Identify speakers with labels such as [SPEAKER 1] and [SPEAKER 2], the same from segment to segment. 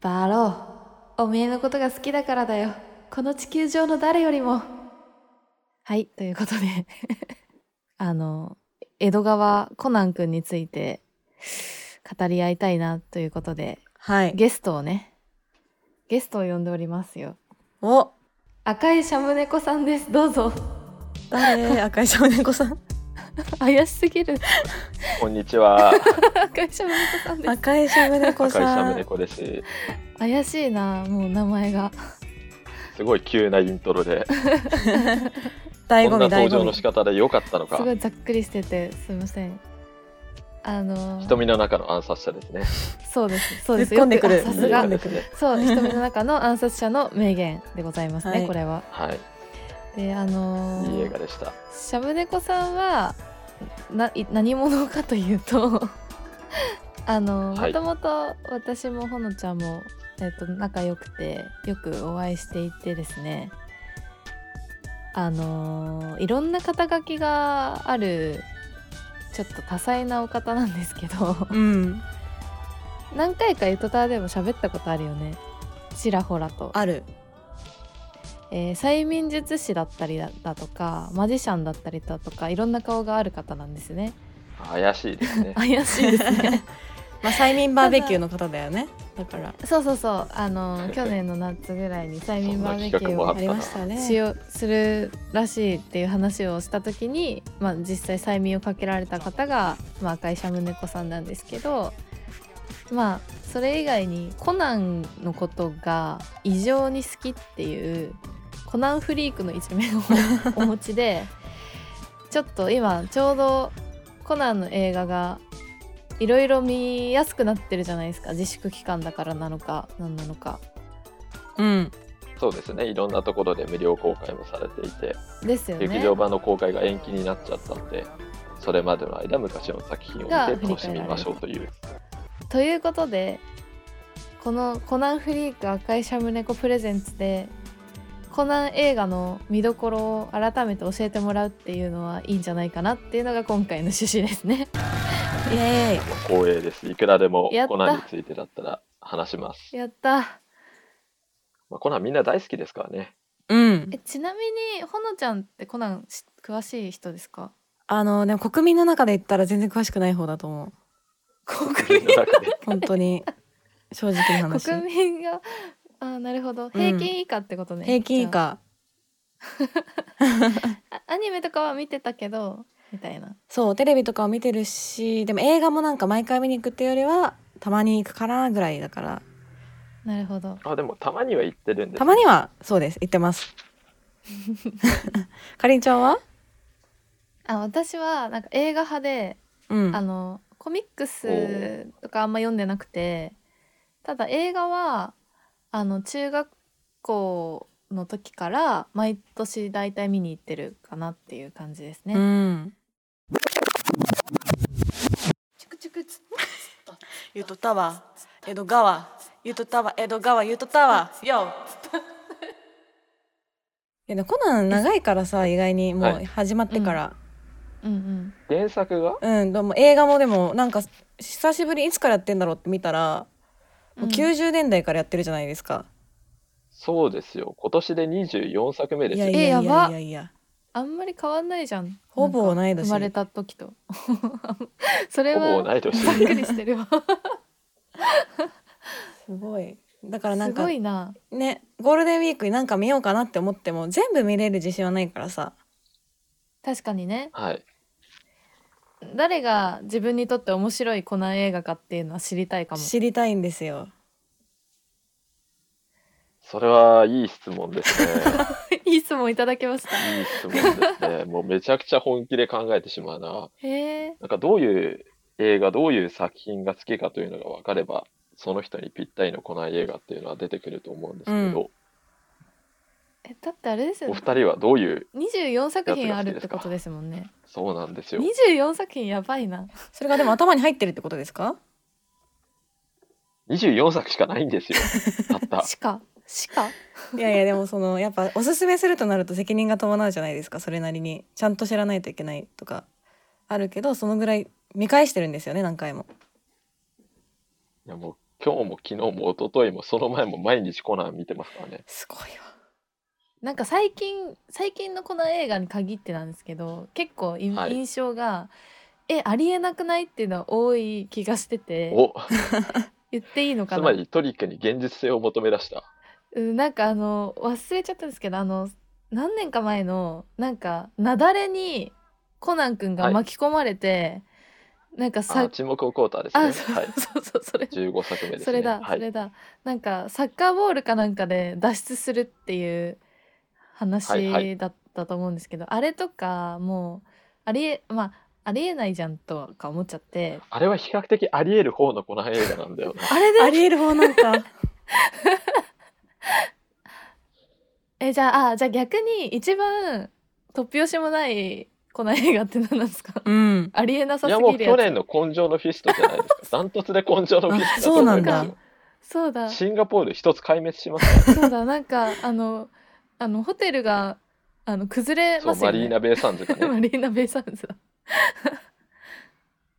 [SPEAKER 1] バロー、おめえのことが好きだからだよ。この地球上の誰よりも。はい、ということで、 あの、江戸川コナン君について語り合いたいなということで、
[SPEAKER 2] はい。
[SPEAKER 1] ゲストをね、ゲストを呼んでおりますよ。
[SPEAKER 2] お
[SPEAKER 1] 赤いシャム猫さんです。どうぞ。
[SPEAKER 2] 誰赤い少年子さん。
[SPEAKER 1] 怪しすぎる。
[SPEAKER 3] こんにちは。
[SPEAKER 1] 赤いシャム猫さんです。
[SPEAKER 2] 赤い少年子
[SPEAKER 3] 赤いシ
[SPEAKER 2] さ
[SPEAKER 3] ャム
[SPEAKER 2] ん。
[SPEAKER 3] 猫です。
[SPEAKER 1] 怪しいな、もう名前が。
[SPEAKER 3] すごい急なイントロで、
[SPEAKER 2] 醍醐
[SPEAKER 3] こん
[SPEAKER 2] 味
[SPEAKER 3] な
[SPEAKER 2] 醍
[SPEAKER 3] 登場
[SPEAKER 2] 醐
[SPEAKER 3] の
[SPEAKER 2] 味
[SPEAKER 3] 仕。方で良かったの
[SPEAKER 1] す
[SPEAKER 3] か
[SPEAKER 1] ご。いざっくりしててすいませんあのー
[SPEAKER 3] 瞳の中の暗殺者ですね。
[SPEAKER 1] そうですそうです
[SPEAKER 2] 突っ込んでくる
[SPEAKER 1] よくあさすが
[SPEAKER 2] 突っ込んでくる
[SPEAKER 1] そう瞳の中の暗殺者の名言でございますね、
[SPEAKER 2] はい
[SPEAKER 1] これは
[SPEAKER 3] はい、
[SPEAKER 1] であの
[SPEAKER 3] いい映
[SPEAKER 1] ー
[SPEAKER 3] 画でした。
[SPEAKER 1] シャブ猫さんはない何者かというと あの
[SPEAKER 3] は
[SPEAKER 1] も
[SPEAKER 3] い
[SPEAKER 1] ともと私もほのちゃんも、えっと仲良くてよくお会いしていてですねあのーいろんな肩書きがあるちょっと多彩なお方なんですけど
[SPEAKER 2] うん。
[SPEAKER 1] 何回かゆとたわでも喋ったことあるよねちらほらと、
[SPEAKER 2] ある。
[SPEAKER 1] えー催眠術師だったりだだとかマジシャンだったりだとかいろんな顔がある方なんですね
[SPEAKER 3] 怪しいですね。
[SPEAKER 1] 怪しいですね
[SPEAKER 2] まあ催眠バーベキューの方だよね。だから。
[SPEAKER 1] そうそうそうあの去年の夏ぐらいに催眠バーベキュー
[SPEAKER 3] そ
[SPEAKER 1] を
[SPEAKER 3] ん
[SPEAKER 2] あ
[SPEAKER 3] な
[SPEAKER 2] りました
[SPEAKER 1] 使
[SPEAKER 2] ね。
[SPEAKER 1] 用するらしいっていう話をした時に、まあ、実際催眠をかけられた方が、まあ、赤いシャム猫さんなんですけどまあそれ以外にコナンのことが異常に好きっていうコナンフリークの一面をお持ちでちょっと今ちょうどコナンの映画がいろいろ見やすくなってるじゃないですか自粛期間だからなのか何なのか。
[SPEAKER 2] うん。
[SPEAKER 3] そうですね。いろんなところで無料公開もされていて、
[SPEAKER 1] ですよね。
[SPEAKER 3] 劇場版の公開が延期になっちゃったので、それまでの間昔の作品を見て
[SPEAKER 1] が
[SPEAKER 3] 楽しみましょうという。
[SPEAKER 1] ということでこの「コナンフリーク赤いシャム猫プレゼンツ」でコナン映画の見どころを改めて教えてもらうっていうのはいいんじゃないかなっていうのが今回の趣旨ですね。
[SPEAKER 2] イエーイ。
[SPEAKER 3] もう光栄です。いくらでも
[SPEAKER 1] やった
[SPEAKER 3] コナンについてだったら話します。
[SPEAKER 1] やった
[SPEAKER 3] まあ、コナンみんな大好きですからね。
[SPEAKER 2] うん
[SPEAKER 1] え。ちなみにほのちゃんってコナンし詳しい人ですか
[SPEAKER 2] あのでも国民の中で言ったら全然詳しくない方だと思う。
[SPEAKER 1] 国
[SPEAKER 3] みんな中で
[SPEAKER 2] 本当に正直な話。
[SPEAKER 1] 国民があーなるほど平均以下ってことね。
[SPEAKER 2] 平均以下。
[SPEAKER 1] じゃああアニメとかは見てたけどみたいな。
[SPEAKER 2] そうテレビとかを見てるしでも映画もなんか毎回見に行くっていうよりはたまに行くかなぐらいだから
[SPEAKER 1] なるほど。
[SPEAKER 3] あでもたまには行ってるんですね
[SPEAKER 2] たまにはそうです行ってます かりんちゃんは
[SPEAKER 1] あ私はなんか映画派で
[SPEAKER 2] うん
[SPEAKER 1] あのコミックスとかあんま読んでなくてただ映画はあの中学校の時から毎年大体見に行ってるかなっていう感じですね。
[SPEAKER 2] うん
[SPEAKER 1] チュクチュクツ
[SPEAKER 2] ゆとたわ江戸川ゆとたわ江戸川ゆとたわよいやでもコナン長いからさ意外にも
[SPEAKER 3] は
[SPEAKER 2] う
[SPEAKER 3] い
[SPEAKER 2] 始まってから、
[SPEAKER 1] うんうん、
[SPEAKER 3] 原作が
[SPEAKER 2] うんでも映画もでもなんか久しぶりにいつからやってんだろうって見たら、もう90年代からやってるじゃないですか、
[SPEAKER 3] そうですよ。今年で24作目で
[SPEAKER 2] い
[SPEAKER 3] す
[SPEAKER 2] や
[SPEAKER 3] よ。
[SPEAKER 2] いやいやい
[SPEAKER 1] えやば
[SPEAKER 2] やいや
[SPEAKER 1] あんまり変わんないじゃん
[SPEAKER 2] ほぼ同
[SPEAKER 1] な
[SPEAKER 2] い年
[SPEAKER 1] んか生まれた時と それ
[SPEAKER 3] ほぼ
[SPEAKER 1] は
[SPEAKER 3] 同い年。
[SPEAKER 1] ざっくりしてるわ
[SPEAKER 2] すごいだから な
[SPEAKER 1] す
[SPEAKER 2] んか
[SPEAKER 1] ごいな
[SPEAKER 2] ねゴールデンウィークになんか見ようかなって思っても全部見れる自信はないからさ
[SPEAKER 1] 確かにね
[SPEAKER 3] はい。
[SPEAKER 1] 誰が自分にとって面白いコナン映画かっていうのは知りたいかも
[SPEAKER 2] 知りたいんですよ
[SPEAKER 3] それはいい質問ですね。
[SPEAKER 1] いい質問いただきました
[SPEAKER 3] いい質問ですね。もうめちゃくちゃ本気で考えてしまうな。
[SPEAKER 1] へえ
[SPEAKER 3] なんかどういう映画、どういう作品が好きかというのが分かれば、その人にぴったりのこない映画っていうのは出てくると思うんですけど、
[SPEAKER 1] えだってあれですよ
[SPEAKER 3] お
[SPEAKER 1] ね
[SPEAKER 3] 二人はどういう、
[SPEAKER 1] 24作品あるってことですもんね
[SPEAKER 3] そうなんですよ。
[SPEAKER 1] 24作品やばいな
[SPEAKER 2] それがでも頭に入ってるってことですか
[SPEAKER 3] 24作しかないんですよ。 たった。
[SPEAKER 1] しかしか
[SPEAKER 2] いやいやでもそのやっぱおすすめするとなると責任が伴うじゃないですかそれなりにちゃんと知らないといけないとかあるけどそのぐらい見返してるんですよね何回も
[SPEAKER 3] いやもう今日も昨日も一昨日もその前も毎日コナン見てますからね。
[SPEAKER 2] すごいわ
[SPEAKER 1] なんか最近最近のこの映画に限ってなんですけど結構い
[SPEAKER 3] はい
[SPEAKER 1] 印象が、えありえなくないっていうのは多い気がしてて
[SPEAKER 3] お、
[SPEAKER 1] 言っていいのか
[SPEAKER 3] つ
[SPEAKER 1] な
[SPEAKER 3] まりトリックに現実性を求め出した。
[SPEAKER 1] うん、なんかあの忘れちゃったんですけどあの何年か前のなんか雪崩にコナン君が
[SPEAKER 3] はい
[SPEAKER 1] 巻き込まれて、なんか
[SPEAKER 3] あ
[SPEAKER 1] さ
[SPEAKER 3] 沈黙をコーターです
[SPEAKER 1] あ,、
[SPEAKER 3] ね。
[SPEAKER 1] そう
[SPEAKER 3] はい。
[SPEAKER 1] そうそうそれ
[SPEAKER 3] 15作目ですね。
[SPEAKER 1] それだ、
[SPEAKER 3] は
[SPEAKER 1] そ
[SPEAKER 3] い。
[SPEAKER 1] れだなんかサッカーボールかなんかで脱出するっていう
[SPEAKER 3] はいは
[SPEAKER 1] 話
[SPEAKER 3] い
[SPEAKER 1] だったと思うんですけど、あれとかもうありえまあありえないじゃんとか思っちゃって
[SPEAKER 3] あれは比較的あり得る方のコナン映画なんだよな。
[SPEAKER 1] あれ
[SPEAKER 2] あ
[SPEAKER 1] で
[SPEAKER 2] りえる方なんか
[SPEAKER 1] えじゃああじゃあ逆に一番突拍子もないこの映画って何なんですか
[SPEAKER 2] うん
[SPEAKER 1] ありえなさ
[SPEAKER 3] い
[SPEAKER 1] す
[SPEAKER 3] やも
[SPEAKER 1] ぎ
[SPEAKER 3] う
[SPEAKER 1] る
[SPEAKER 3] 去
[SPEAKER 1] やつ
[SPEAKER 3] 年の根性のフィストじゃないで すか。ダントツで根性のフィストだと思
[SPEAKER 1] あ
[SPEAKER 3] いま
[SPEAKER 1] そう
[SPEAKER 3] す
[SPEAKER 1] なん
[SPEAKER 3] よ。
[SPEAKER 1] そうだ
[SPEAKER 3] シンガポール一つ壊滅しますか
[SPEAKER 1] そうだなんかあのあのホテルがあの崩れ
[SPEAKER 3] ら。そ う、
[SPEAKER 1] ます
[SPEAKER 3] マ
[SPEAKER 1] よ
[SPEAKER 3] リー
[SPEAKER 1] ね
[SPEAKER 3] ナ・ベイ・サンズがね。
[SPEAKER 1] マリーナベイサンズだ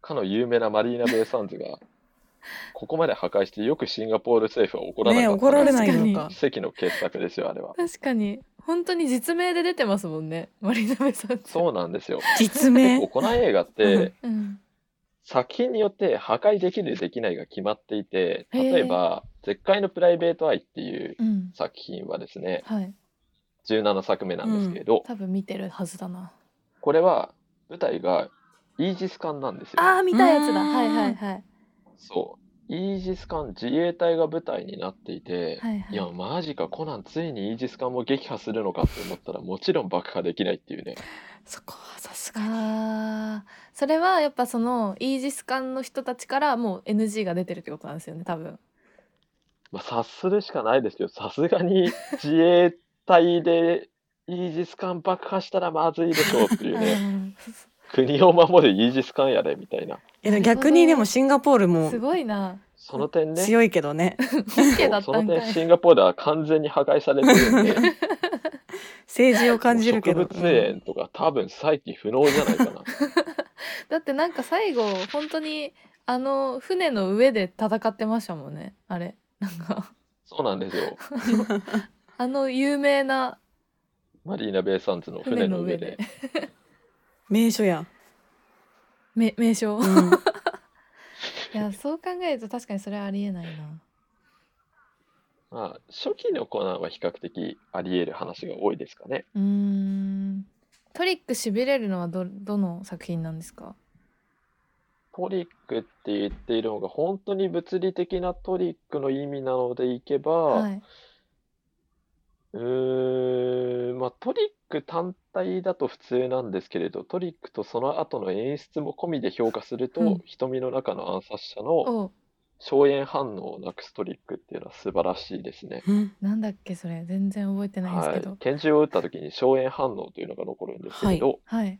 [SPEAKER 3] かの有名なマリーナ・ベイ・サンズが、ここまで破壊してよくシンガポール政府は怒らな
[SPEAKER 2] ね
[SPEAKER 3] かった。
[SPEAKER 2] 怒られないの
[SPEAKER 1] 確
[SPEAKER 2] か
[SPEAKER 3] 奇跡の傑作ですよ、あれは。
[SPEAKER 1] 確かに本当に実名で出てますもんねマリーナベイサンズ
[SPEAKER 3] そうなんですよ。
[SPEAKER 2] 実
[SPEAKER 3] 結 構
[SPEAKER 2] 名
[SPEAKER 3] コナン映画っ
[SPEAKER 2] う
[SPEAKER 3] て
[SPEAKER 2] ん、
[SPEAKER 1] うん
[SPEAKER 3] 作品によって破壊できるできないが決まっていて、
[SPEAKER 1] へー
[SPEAKER 3] 例えば、絶海のプライベート・アイっていう
[SPEAKER 1] うん
[SPEAKER 3] 作品はですね、
[SPEAKER 1] はい
[SPEAKER 3] 17作目なんですけれど、
[SPEAKER 1] 多分見てるはずだな
[SPEAKER 3] これは舞台がイージス艦なんですよ。
[SPEAKER 1] あー見たやつだ
[SPEAKER 2] うーん
[SPEAKER 1] はいはいはい
[SPEAKER 3] そう。イージス艦自衛隊が舞台になっていて、
[SPEAKER 1] はいはい
[SPEAKER 3] いや、マジか、コナン、ついにイージス艦も撃破するのかって思ったら、もちろん爆破できないっていうね。
[SPEAKER 2] そこはさすが
[SPEAKER 1] あーそれはやっぱそのイージス艦の人たちからもう NG が出てるってことなんですよね多分
[SPEAKER 3] まあ、察するしかないですけど、さすがに自衛隊でイージス艦爆破したらまずいでしょうっていうね、国を守るイージス艦やで、みたいな。
[SPEAKER 2] いや逆にでもシンガポール
[SPEAKER 1] うん
[SPEAKER 2] も
[SPEAKER 1] すごいな
[SPEAKER 3] その点ね、
[SPEAKER 2] 強いけどね
[SPEAKER 1] OK だっ
[SPEAKER 3] そ
[SPEAKER 1] た
[SPEAKER 3] の
[SPEAKER 1] んか
[SPEAKER 3] 点
[SPEAKER 1] い
[SPEAKER 3] シンガポールは完全に破壊されてるんで、
[SPEAKER 2] 政治を感じるけど
[SPEAKER 3] 植物園とか多分再起不能じゃないかな。
[SPEAKER 1] だってなんか最後本当にあの船の上で戦ってましたもんねあれなんか
[SPEAKER 3] そうなんですよ。
[SPEAKER 1] あの有名な
[SPEAKER 3] マリーナ・ベイ・サンズの船
[SPEAKER 1] 船
[SPEAKER 3] の
[SPEAKER 1] の
[SPEAKER 3] 上
[SPEAKER 1] 上
[SPEAKER 3] で
[SPEAKER 1] で。
[SPEAKER 2] 名所や、
[SPEAKER 1] め名称
[SPEAKER 2] うん、
[SPEAKER 1] いやそう考えると確かにそれはありえないな
[SPEAKER 3] まあ、初期のコナンは比較的あり得る話が多いですかね。
[SPEAKER 1] うーんトリックしびれるのはどどの作品なんですか
[SPEAKER 3] トリックって言っているのが本当に物理的なトリックの意味なのでいけば、
[SPEAKER 1] はい、
[SPEAKER 3] うーん、まあトリック単体だと普通なんですけれど、トリックとその後の演出も込みで評価すると、
[SPEAKER 1] うん
[SPEAKER 3] 瞳の中の暗殺者の
[SPEAKER 1] お
[SPEAKER 3] 硝煙反応をなくすトリックっていうのは素晴らしいですね。
[SPEAKER 2] うん
[SPEAKER 1] なんだっけそれ全然覚えてないんです
[SPEAKER 3] は
[SPEAKER 1] け
[SPEAKER 3] い
[SPEAKER 1] ど。
[SPEAKER 3] 拳銃を撃った時に硝煙反応というのが残るんですけれど、
[SPEAKER 1] はい、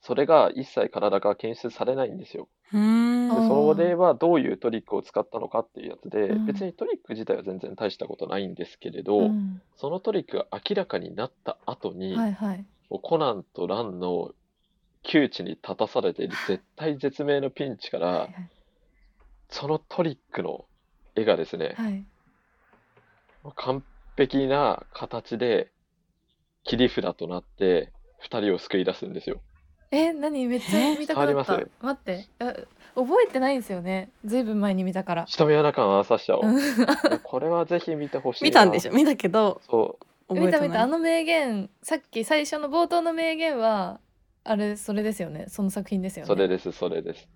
[SPEAKER 3] それが一切体から検出されないんですよ。
[SPEAKER 2] うーん
[SPEAKER 3] で
[SPEAKER 1] あー
[SPEAKER 3] それはどういうトリックを使ったのかっていうやつで、
[SPEAKER 1] うん
[SPEAKER 3] 別にトリック自体は全然大したことないんですけれど、
[SPEAKER 1] うん
[SPEAKER 3] そのトリックが明らかになった後に、
[SPEAKER 1] はいはい
[SPEAKER 3] もうコナンとランの窮地に立たされている絶対絶命のピンチか
[SPEAKER 1] は
[SPEAKER 3] ら
[SPEAKER 1] い、
[SPEAKER 3] そのトリックの絵がですね、
[SPEAKER 1] はい
[SPEAKER 3] もう完璧な形で切り札となって、二人を救い出すんですよ。
[SPEAKER 1] え何めっちゃ見たく
[SPEAKER 3] えー
[SPEAKER 1] なった
[SPEAKER 3] 触り
[SPEAKER 1] 待ってあ覚えてないんですよねずいぶん前に見たから
[SPEAKER 3] 瞳の中の暗殺者を。
[SPEAKER 1] う
[SPEAKER 3] い
[SPEAKER 1] ん
[SPEAKER 3] やこれはぜひ見てほしい
[SPEAKER 2] 見たんでし
[SPEAKER 3] ょ
[SPEAKER 2] ょ見たけど
[SPEAKER 3] そう。
[SPEAKER 2] 覚
[SPEAKER 1] 見
[SPEAKER 2] え
[SPEAKER 1] た
[SPEAKER 2] て
[SPEAKER 1] 見たあ
[SPEAKER 2] ない
[SPEAKER 1] の名言さっき最初の冒頭の名言はあれそれですよねその作品ですよね
[SPEAKER 3] それです、それです。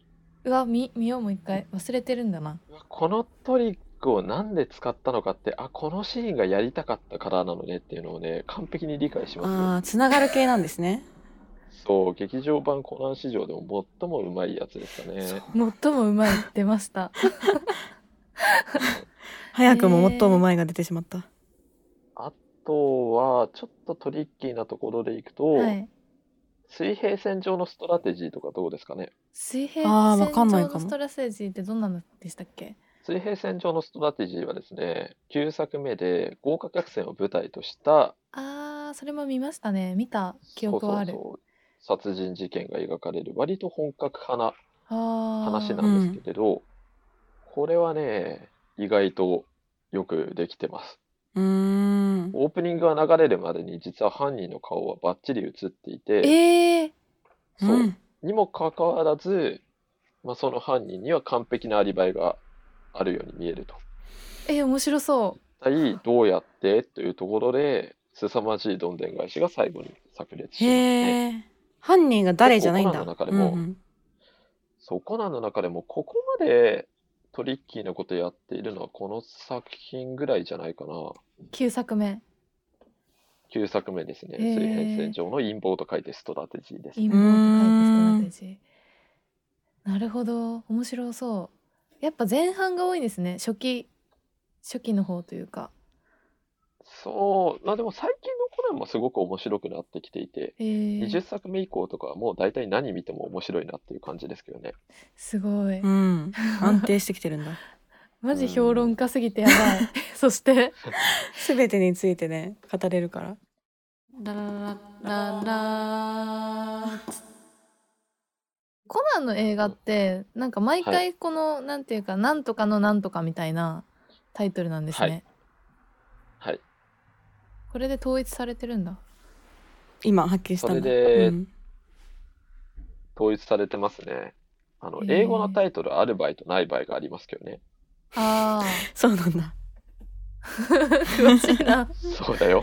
[SPEAKER 1] うわ見見ようもう一回忘れてるんだな
[SPEAKER 3] うわこのトリックをなんで使ったのかって、あ、このシーンがやりたかったからなのねっていうのをね、完璧に理解しま
[SPEAKER 2] ああつながる系なんですね
[SPEAKER 3] すよ。そう、劇場版コナン史上でも最もうまいやつでしたね。
[SPEAKER 1] 最もうまい出ました
[SPEAKER 2] 早くも最も前が出てしまった、
[SPEAKER 3] あとは、ちょっとトリッキーなところでいくと、
[SPEAKER 1] はい
[SPEAKER 3] 水平線上のストラテジーとかどうですかね。
[SPEAKER 1] 水平
[SPEAKER 2] あーわ
[SPEAKER 1] 線
[SPEAKER 2] か
[SPEAKER 1] 上
[SPEAKER 2] んないかも
[SPEAKER 1] のストラテジーってどんなのでしたっけ
[SPEAKER 3] 水平線上のストラテジーはですね、9作目で豪華客船を舞台とした、
[SPEAKER 1] あーそれも見ましたね見た記憶はある
[SPEAKER 3] そうそうそう殺人事件が描かれる割と本格派な
[SPEAKER 1] あー
[SPEAKER 3] 話なんですけれど、これはね、意外とよくできてます。
[SPEAKER 2] うーん。
[SPEAKER 3] オープニングが流れるまでに実は犯人の顔はバッチリ映っていて、
[SPEAKER 1] ええ
[SPEAKER 3] そう
[SPEAKER 2] うん
[SPEAKER 3] にもかかわらず、まあ、その犯人には完璧なアリバイがあるように見えると。
[SPEAKER 1] え面白そ
[SPEAKER 3] 一体どうやってというところで、凄まじいどんでん返しが最後に炸裂しますね。
[SPEAKER 2] へえ。犯人が誰じゃないんだ。
[SPEAKER 3] 結構コナンの中でも
[SPEAKER 2] うんうん
[SPEAKER 3] そう、コナンの中でもここまでトリッキーなことやっているのはこの作品ぐらいじゃないかな。
[SPEAKER 1] う9作目
[SPEAKER 3] 9作目です
[SPEAKER 1] へ
[SPEAKER 3] ね。
[SPEAKER 1] ー
[SPEAKER 3] 水平線上の陰謀と書いてストラテジーです。
[SPEAKER 1] 陰謀と書いてストラテジーなるほど面白そうやっぱ前半が多いんですね初期初期の方というか
[SPEAKER 3] そう、まあでも最近のコナンもすごく面白くなってきていて、
[SPEAKER 1] えー
[SPEAKER 3] 20作目以降とかはもう大体何見ても面白いなっていう感じですけどね。
[SPEAKER 1] すごい
[SPEAKER 2] うん。安定してきてるん だ。
[SPEAKER 1] マジ評論家すぎ てやばいそして
[SPEAKER 2] すべてについてね、語れるから。
[SPEAKER 1] コナンの映画ってなんか毎
[SPEAKER 3] は
[SPEAKER 1] 回この、なんていうかなんとかのなんとかみたいなタイトルなんですね、
[SPEAKER 3] はいはい。
[SPEAKER 1] これで統一されてるんだ
[SPEAKER 2] 今発見したんだ。
[SPEAKER 3] それで
[SPEAKER 2] うん
[SPEAKER 3] 統一されてますね。あの
[SPEAKER 1] へ、ー
[SPEAKER 3] 英語のタイトルある場合とない場合がありますけどね。
[SPEAKER 1] あ
[SPEAKER 2] そうなんだ。
[SPEAKER 1] ー 詳しいな
[SPEAKER 3] そう だよ。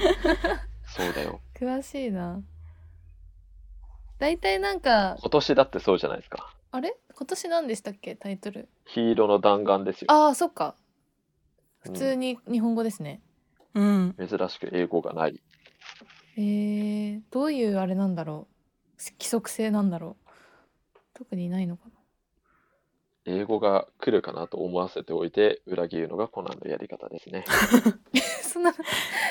[SPEAKER 3] そうだよ。
[SPEAKER 1] 詳しいな大体なんか
[SPEAKER 3] 今年だってそうじゃないですか。
[SPEAKER 1] あれ今年何でしたっけタイトル
[SPEAKER 3] ヒーローの弾丸ですよ。
[SPEAKER 1] ああそっか普
[SPEAKER 3] うん
[SPEAKER 1] 通に日本語ですね、
[SPEAKER 2] うん。
[SPEAKER 3] 珍しく英語がない。
[SPEAKER 1] えー、どういうあれなんだろう規則性なんだろう特にないのかな
[SPEAKER 3] 英語が来るかなと思わせておいて裏切るのがコナンのやり方ですね。
[SPEAKER 1] そんな、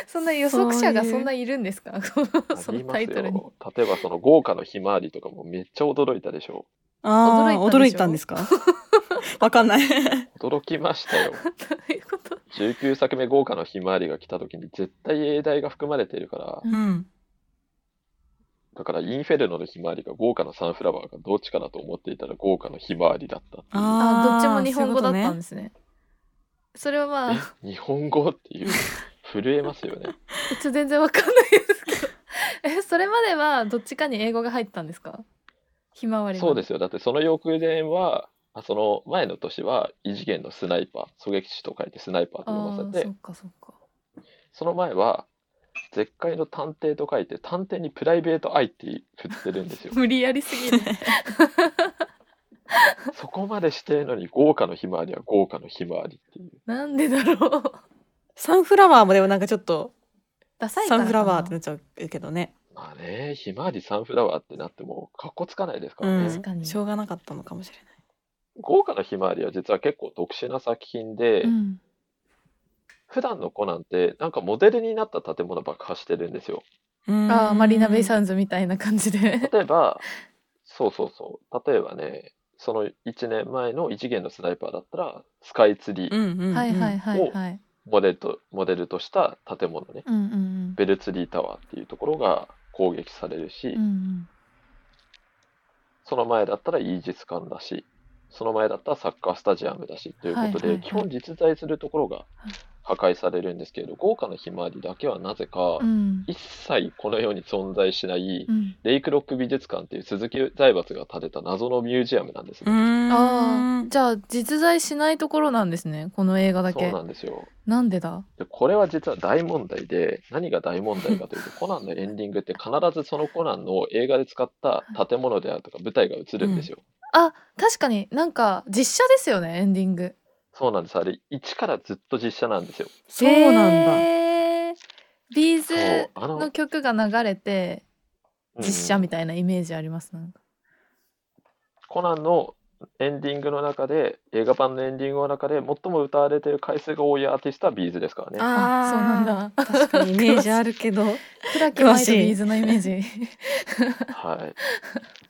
[SPEAKER 1] そんな予測者が
[SPEAKER 2] そういう
[SPEAKER 1] そんないるんですか そ
[SPEAKER 3] あ
[SPEAKER 1] の
[SPEAKER 3] りま
[SPEAKER 1] タ
[SPEAKER 3] す
[SPEAKER 1] イトルに。
[SPEAKER 3] よ。例えばその豪華のひまわりとかもめっちゃ驚いたでしょ
[SPEAKER 2] ああ、
[SPEAKER 1] 驚
[SPEAKER 2] 驚
[SPEAKER 1] い
[SPEAKER 2] い
[SPEAKER 1] た
[SPEAKER 2] た
[SPEAKER 1] ん
[SPEAKER 2] ん
[SPEAKER 1] で
[SPEAKER 2] ですすかわかん ない。
[SPEAKER 3] う。驚きましたよ。
[SPEAKER 1] どういうこと
[SPEAKER 3] 19作目豪華のひまわりが来た時に絶対英題が含まれているから、
[SPEAKER 2] うん。
[SPEAKER 3] だからインフェルノのひまわりが豪華のサンフラワーがどっちかだと思っていたら豪華のひまわりだったっていう。
[SPEAKER 1] あ
[SPEAKER 2] あ
[SPEAKER 1] ど
[SPEAKER 2] あ、
[SPEAKER 1] っちも日本語だったん
[SPEAKER 2] で
[SPEAKER 1] ですね。それはまあ、う
[SPEAKER 3] え日本語っていう震えますよね。
[SPEAKER 1] ち全然わかんないですけど。え、それまではどっちかに英語が入ってたんですかひまわり。
[SPEAKER 3] そうですすよ。だってその翌年は、あその前の年は異次元のスナイパー、狙撃手と書いてスナイパーと
[SPEAKER 1] あ
[SPEAKER 3] 読ま
[SPEAKER 1] あ、
[SPEAKER 3] せ
[SPEAKER 1] そ
[SPEAKER 3] て
[SPEAKER 1] っ、かそっか。
[SPEAKER 3] その前は絶海の探偵と書いて探偵にプライベートアイって振ってる んですよ。
[SPEAKER 1] 無理やりすぎ る。
[SPEAKER 3] そこまでしてるのに豪華のひまわりは豪華のひまわりっていう。
[SPEAKER 1] なんでだろう。
[SPEAKER 2] サンフラワーもでもなんかちょっと、
[SPEAKER 1] ダサいか
[SPEAKER 2] サ
[SPEAKER 1] らかな
[SPEAKER 2] ンフラワーってなっちゃうけどね。
[SPEAKER 3] まあね、ひまわりサンフラワーってなってもかっこつかないですか
[SPEAKER 2] う
[SPEAKER 3] らね。
[SPEAKER 1] 確か
[SPEAKER 2] ん。
[SPEAKER 1] に
[SPEAKER 2] しょうがなかったのかもしれない。
[SPEAKER 3] 豪華のひまわりは実は結構特殊な作品で、
[SPEAKER 1] うん。
[SPEAKER 3] 普段のコナンってなんかモデルになった建物爆破してるんです よ。
[SPEAKER 2] うん
[SPEAKER 1] ああ、マリーナベイサンズみたいな感じで。
[SPEAKER 3] 例えば、そうそうそう。例えばね、その1年前の異次元のスナイパーだったら、スカイツリ
[SPEAKER 2] う
[SPEAKER 3] ー
[SPEAKER 2] んうんうん。
[SPEAKER 1] はいはいはいはい。
[SPEAKER 3] モデルと、モデルとした建物ね。
[SPEAKER 1] うんうん
[SPEAKER 3] ベルツリータワーっていうところが攻撃されるし、
[SPEAKER 1] うん。うんうん。
[SPEAKER 3] その前だったらイージス艦だし、その前だったらサッカースタジアムだしというこ
[SPEAKER 1] は
[SPEAKER 3] とで、
[SPEAKER 1] いはいはい
[SPEAKER 3] 基本実在するところが
[SPEAKER 1] はい
[SPEAKER 3] 破壊されるんですけれど、豪華なひまわりだけはなぜか、
[SPEAKER 1] うん。
[SPEAKER 3] 一切この世に存在しない、
[SPEAKER 1] うん
[SPEAKER 3] レイクロック美術館っていう鈴木財閥が建てた謎のミュージアムなんです
[SPEAKER 2] う
[SPEAKER 3] ね。
[SPEAKER 2] ん。
[SPEAKER 1] ああ、じゃあ実在しないところなんですね、この映画だ
[SPEAKER 3] そう
[SPEAKER 1] け。
[SPEAKER 3] な
[SPEAKER 1] なん
[SPEAKER 3] ですよ。
[SPEAKER 1] んでだ
[SPEAKER 3] で、これは実は大問題で、何が大問題か というと、コナンのエンディングって必ずそのコナンの映画で使った建物であるとか舞台が映るんですよ。
[SPEAKER 1] あ、確かになんか実写ですよね、エンディング。
[SPEAKER 3] そうなんです。あれ、一からずっと実写なんですよ。
[SPEAKER 2] そうなんだ。
[SPEAKER 1] へービー
[SPEAKER 3] そう
[SPEAKER 1] ズ、
[SPEAKER 3] あの
[SPEAKER 1] の曲が流れて
[SPEAKER 3] うん
[SPEAKER 1] 実写みたいなイメージあります、なんか。
[SPEAKER 3] コナンのエンディングの中で、映画版のエンディングの中で、最も歌われている回数が多いアーティストはビーズですからね。
[SPEAKER 1] あそうなん
[SPEAKER 2] だ。
[SPEAKER 1] だ。
[SPEAKER 2] 確かにイメージあるけど。
[SPEAKER 1] クラキマイと
[SPEAKER 2] 詳しい
[SPEAKER 1] ビーズのイメージ。
[SPEAKER 3] はい。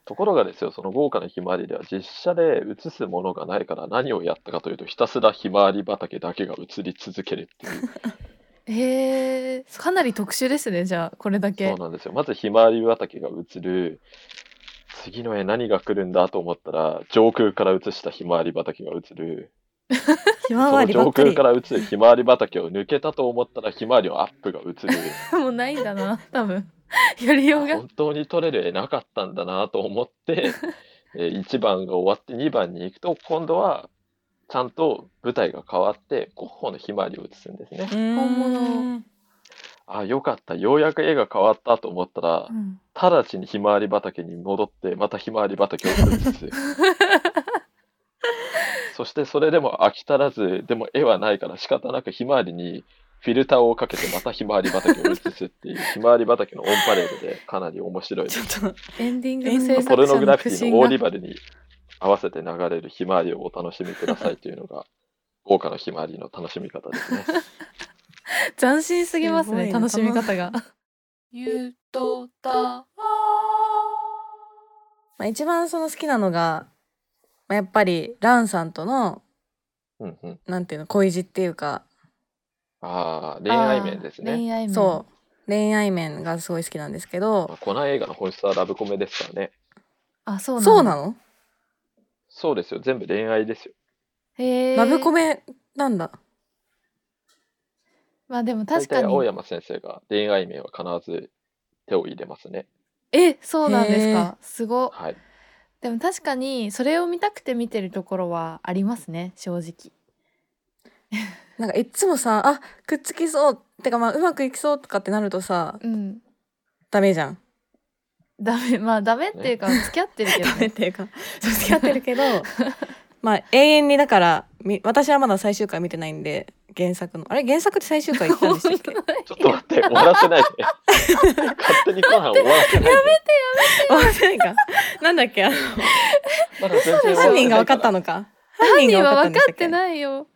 [SPEAKER 3] ところがですよ、その豪華なひまわりでは実写で映すものがないから何をやったかというと、ひたすらひまわり畑だけが映り続けるっていう。
[SPEAKER 1] へえ、かなり特殊ですね、じゃあこれだけ
[SPEAKER 3] そう。なんですよ。まずひまわり畑が映る。次の絵何が来るんだと思ったら、上空から映したひまわり畑が映る。
[SPEAKER 2] ひ
[SPEAKER 3] そ
[SPEAKER 2] まわ
[SPEAKER 3] の
[SPEAKER 2] りば
[SPEAKER 3] 上
[SPEAKER 2] っか
[SPEAKER 3] 空
[SPEAKER 2] り
[SPEAKER 3] から映るひまわり畑を抜けたと思ったらひまわりのアップが映る
[SPEAKER 1] もうないんだな多分 やりようが
[SPEAKER 3] 本当に取れる絵なかったんだなと思ってえー1番が終わって2番に行くと今度はちゃんと舞台が変わってゴッホのひまわりを映すんですね。
[SPEAKER 2] 本
[SPEAKER 1] 物
[SPEAKER 3] あよかったようやく絵が変わったと思ったら
[SPEAKER 1] うん
[SPEAKER 3] 直ちにひまわり畑に戻ってまたひまわり畑を撮りつつそしてそれでも飽き足らずでも絵はないから仕方なくひまわりにフィルターをかけてまたひまわり畑を映すっていうひまわり畑のオンパレードでかなり面白い
[SPEAKER 2] ちょっと
[SPEAKER 1] エンディングの制
[SPEAKER 3] ポ
[SPEAKER 1] 作
[SPEAKER 3] ルノ
[SPEAKER 1] 者
[SPEAKER 3] グラ
[SPEAKER 1] の
[SPEAKER 3] フ
[SPEAKER 1] 苦
[SPEAKER 3] ィティ
[SPEAKER 1] 心
[SPEAKER 3] のオー
[SPEAKER 1] が
[SPEAKER 3] リバルに合わせて流れるひまわりをお楽しみくださいというのが豪華なひまわりの楽しみ方ですね。
[SPEAKER 1] 斬新すぎますね
[SPEAKER 2] すごい
[SPEAKER 1] 楽
[SPEAKER 2] な
[SPEAKER 1] しみ方が
[SPEAKER 4] ゆとた
[SPEAKER 2] まあ、一番その好きなのが、まあ、やっぱりランさんとの
[SPEAKER 3] うんうん、
[SPEAKER 2] なんていうの恋路っていうか、
[SPEAKER 3] ああ恋愛面です
[SPEAKER 1] あー
[SPEAKER 3] ね。
[SPEAKER 1] 恋愛面
[SPEAKER 2] そう恋愛面がすごい好きなんですけ
[SPEAKER 3] ま
[SPEAKER 2] ど
[SPEAKER 3] あ、この映画の本質はラブコメですからね。
[SPEAKER 1] あそう
[SPEAKER 2] そう
[SPEAKER 1] な
[SPEAKER 2] な
[SPEAKER 1] の
[SPEAKER 2] の
[SPEAKER 3] そうですよ全部恋愛ですよ。
[SPEAKER 1] へえ
[SPEAKER 2] ラブコメなんだ
[SPEAKER 1] まあでも確か
[SPEAKER 3] 大体青
[SPEAKER 1] に
[SPEAKER 3] 山先生が恋愛面は必ず手を入れますね。
[SPEAKER 1] えそうなんです
[SPEAKER 2] へー
[SPEAKER 1] かすご
[SPEAKER 3] はい。
[SPEAKER 1] でも確かにそれを見たくて見てるところはありますね正直
[SPEAKER 2] なんかいっつもさあくっつきそうてかまあうまくいきそうとかってなるとさ
[SPEAKER 1] うん
[SPEAKER 2] ダメじゃん
[SPEAKER 1] ダメまあダメっていうか付き合ってるけど
[SPEAKER 2] ダメっ
[SPEAKER 1] ね
[SPEAKER 2] ていうかそう 付き合ってるけ どまあ永遠にだからみ私はまだ最終回見てないんで原作のあれ原作って最終回行ったんでしたっ け
[SPEAKER 3] ちょっと待って終わらせないで。勝手にコナン終わらせないで。
[SPEAKER 2] 忘れてないかなんだっ けあの
[SPEAKER 3] まだ全然
[SPEAKER 2] 犯人が分かった
[SPEAKER 3] の。
[SPEAKER 2] のか
[SPEAKER 1] 犯
[SPEAKER 2] 犯
[SPEAKER 1] 人
[SPEAKER 2] 人が
[SPEAKER 1] は分
[SPEAKER 2] 分かったん
[SPEAKER 1] か
[SPEAKER 2] でした
[SPEAKER 1] っ
[SPEAKER 2] っけ
[SPEAKER 1] てないよ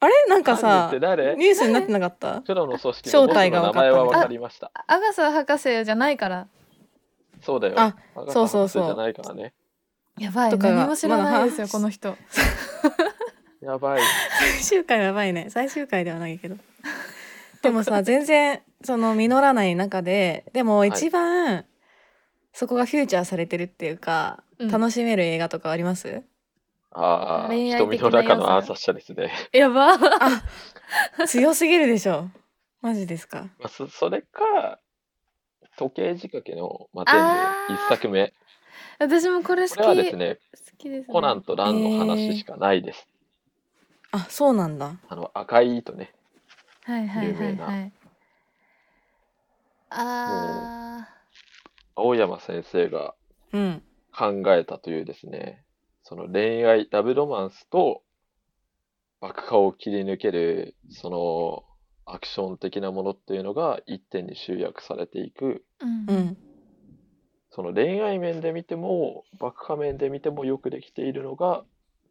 [SPEAKER 2] あれなんか
[SPEAKER 3] 犯人
[SPEAKER 2] さ
[SPEAKER 3] って誰？
[SPEAKER 2] ニュースになってなかった
[SPEAKER 3] 黒の組織の
[SPEAKER 2] 正
[SPEAKER 3] 僕の
[SPEAKER 2] 体が分かっ
[SPEAKER 3] 名
[SPEAKER 2] た
[SPEAKER 3] 前は分かりました。
[SPEAKER 1] アガサ博士じゃないから
[SPEAKER 3] そうだよ。
[SPEAKER 2] あ
[SPEAKER 3] アガサ
[SPEAKER 2] そうそうそう
[SPEAKER 3] 博士じゃないからね。
[SPEAKER 1] やばい
[SPEAKER 2] とかが
[SPEAKER 1] 何も知らないですよ
[SPEAKER 2] まだ
[SPEAKER 1] この人
[SPEAKER 3] やばい。
[SPEAKER 2] 最終回はやばいね最終回ではないけどでもさ 全然その実らない中ででも
[SPEAKER 3] い
[SPEAKER 2] 一番、そこがフューチャーされてるっていうか、
[SPEAKER 1] うん
[SPEAKER 2] 楽しめる映画とかあります
[SPEAKER 3] ああ、
[SPEAKER 1] 恋愛的
[SPEAKER 3] 瞳
[SPEAKER 1] な
[SPEAKER 3] の中
[SPEAKER 1] 要
[SPEAKER 3] の
[SPEAKER 1] 素
[SPEAKER 3] 暗殺者ですね。
[SPEAKER 1] やば
[SPEAKER 2] 強すぎるでしょマジですか
[SPEAKER 3] まあ、そそれか時計仕掛けの摩
[SPEAKER 1] あー
[SPEAKER 3] 天楼一作目。
[SPEAKER 1] 私もこれ好き
[SPEAKER 3] これはですね、
[SPEAKER 1] 好きです、ね、
[SPEAKER 3] コナンとランの話しかないです。
[SPEAKER 2] あそうなんだ
[SPEAKER 3] あの赤い糸ね。
[SPEAKER 1] はいはいはい
[SPEAKER 3] 有名な
[SPEAKER 1] はいあ
[SPEAKER 3] 青山先生が
[SPEAKER 2] うん
[SPEAKER 3] 考えたというですね、その恋愛、ラブロマンスと爆破を切り抜ける、そのアクション的なものっていうのが一点に集約されていく、
[SPEAKER 1] ーうん
[SPEAKER 2] う、ん
[SPEAKER 3] その恋愛面で見ても、爆破面で見てもよくできているのが、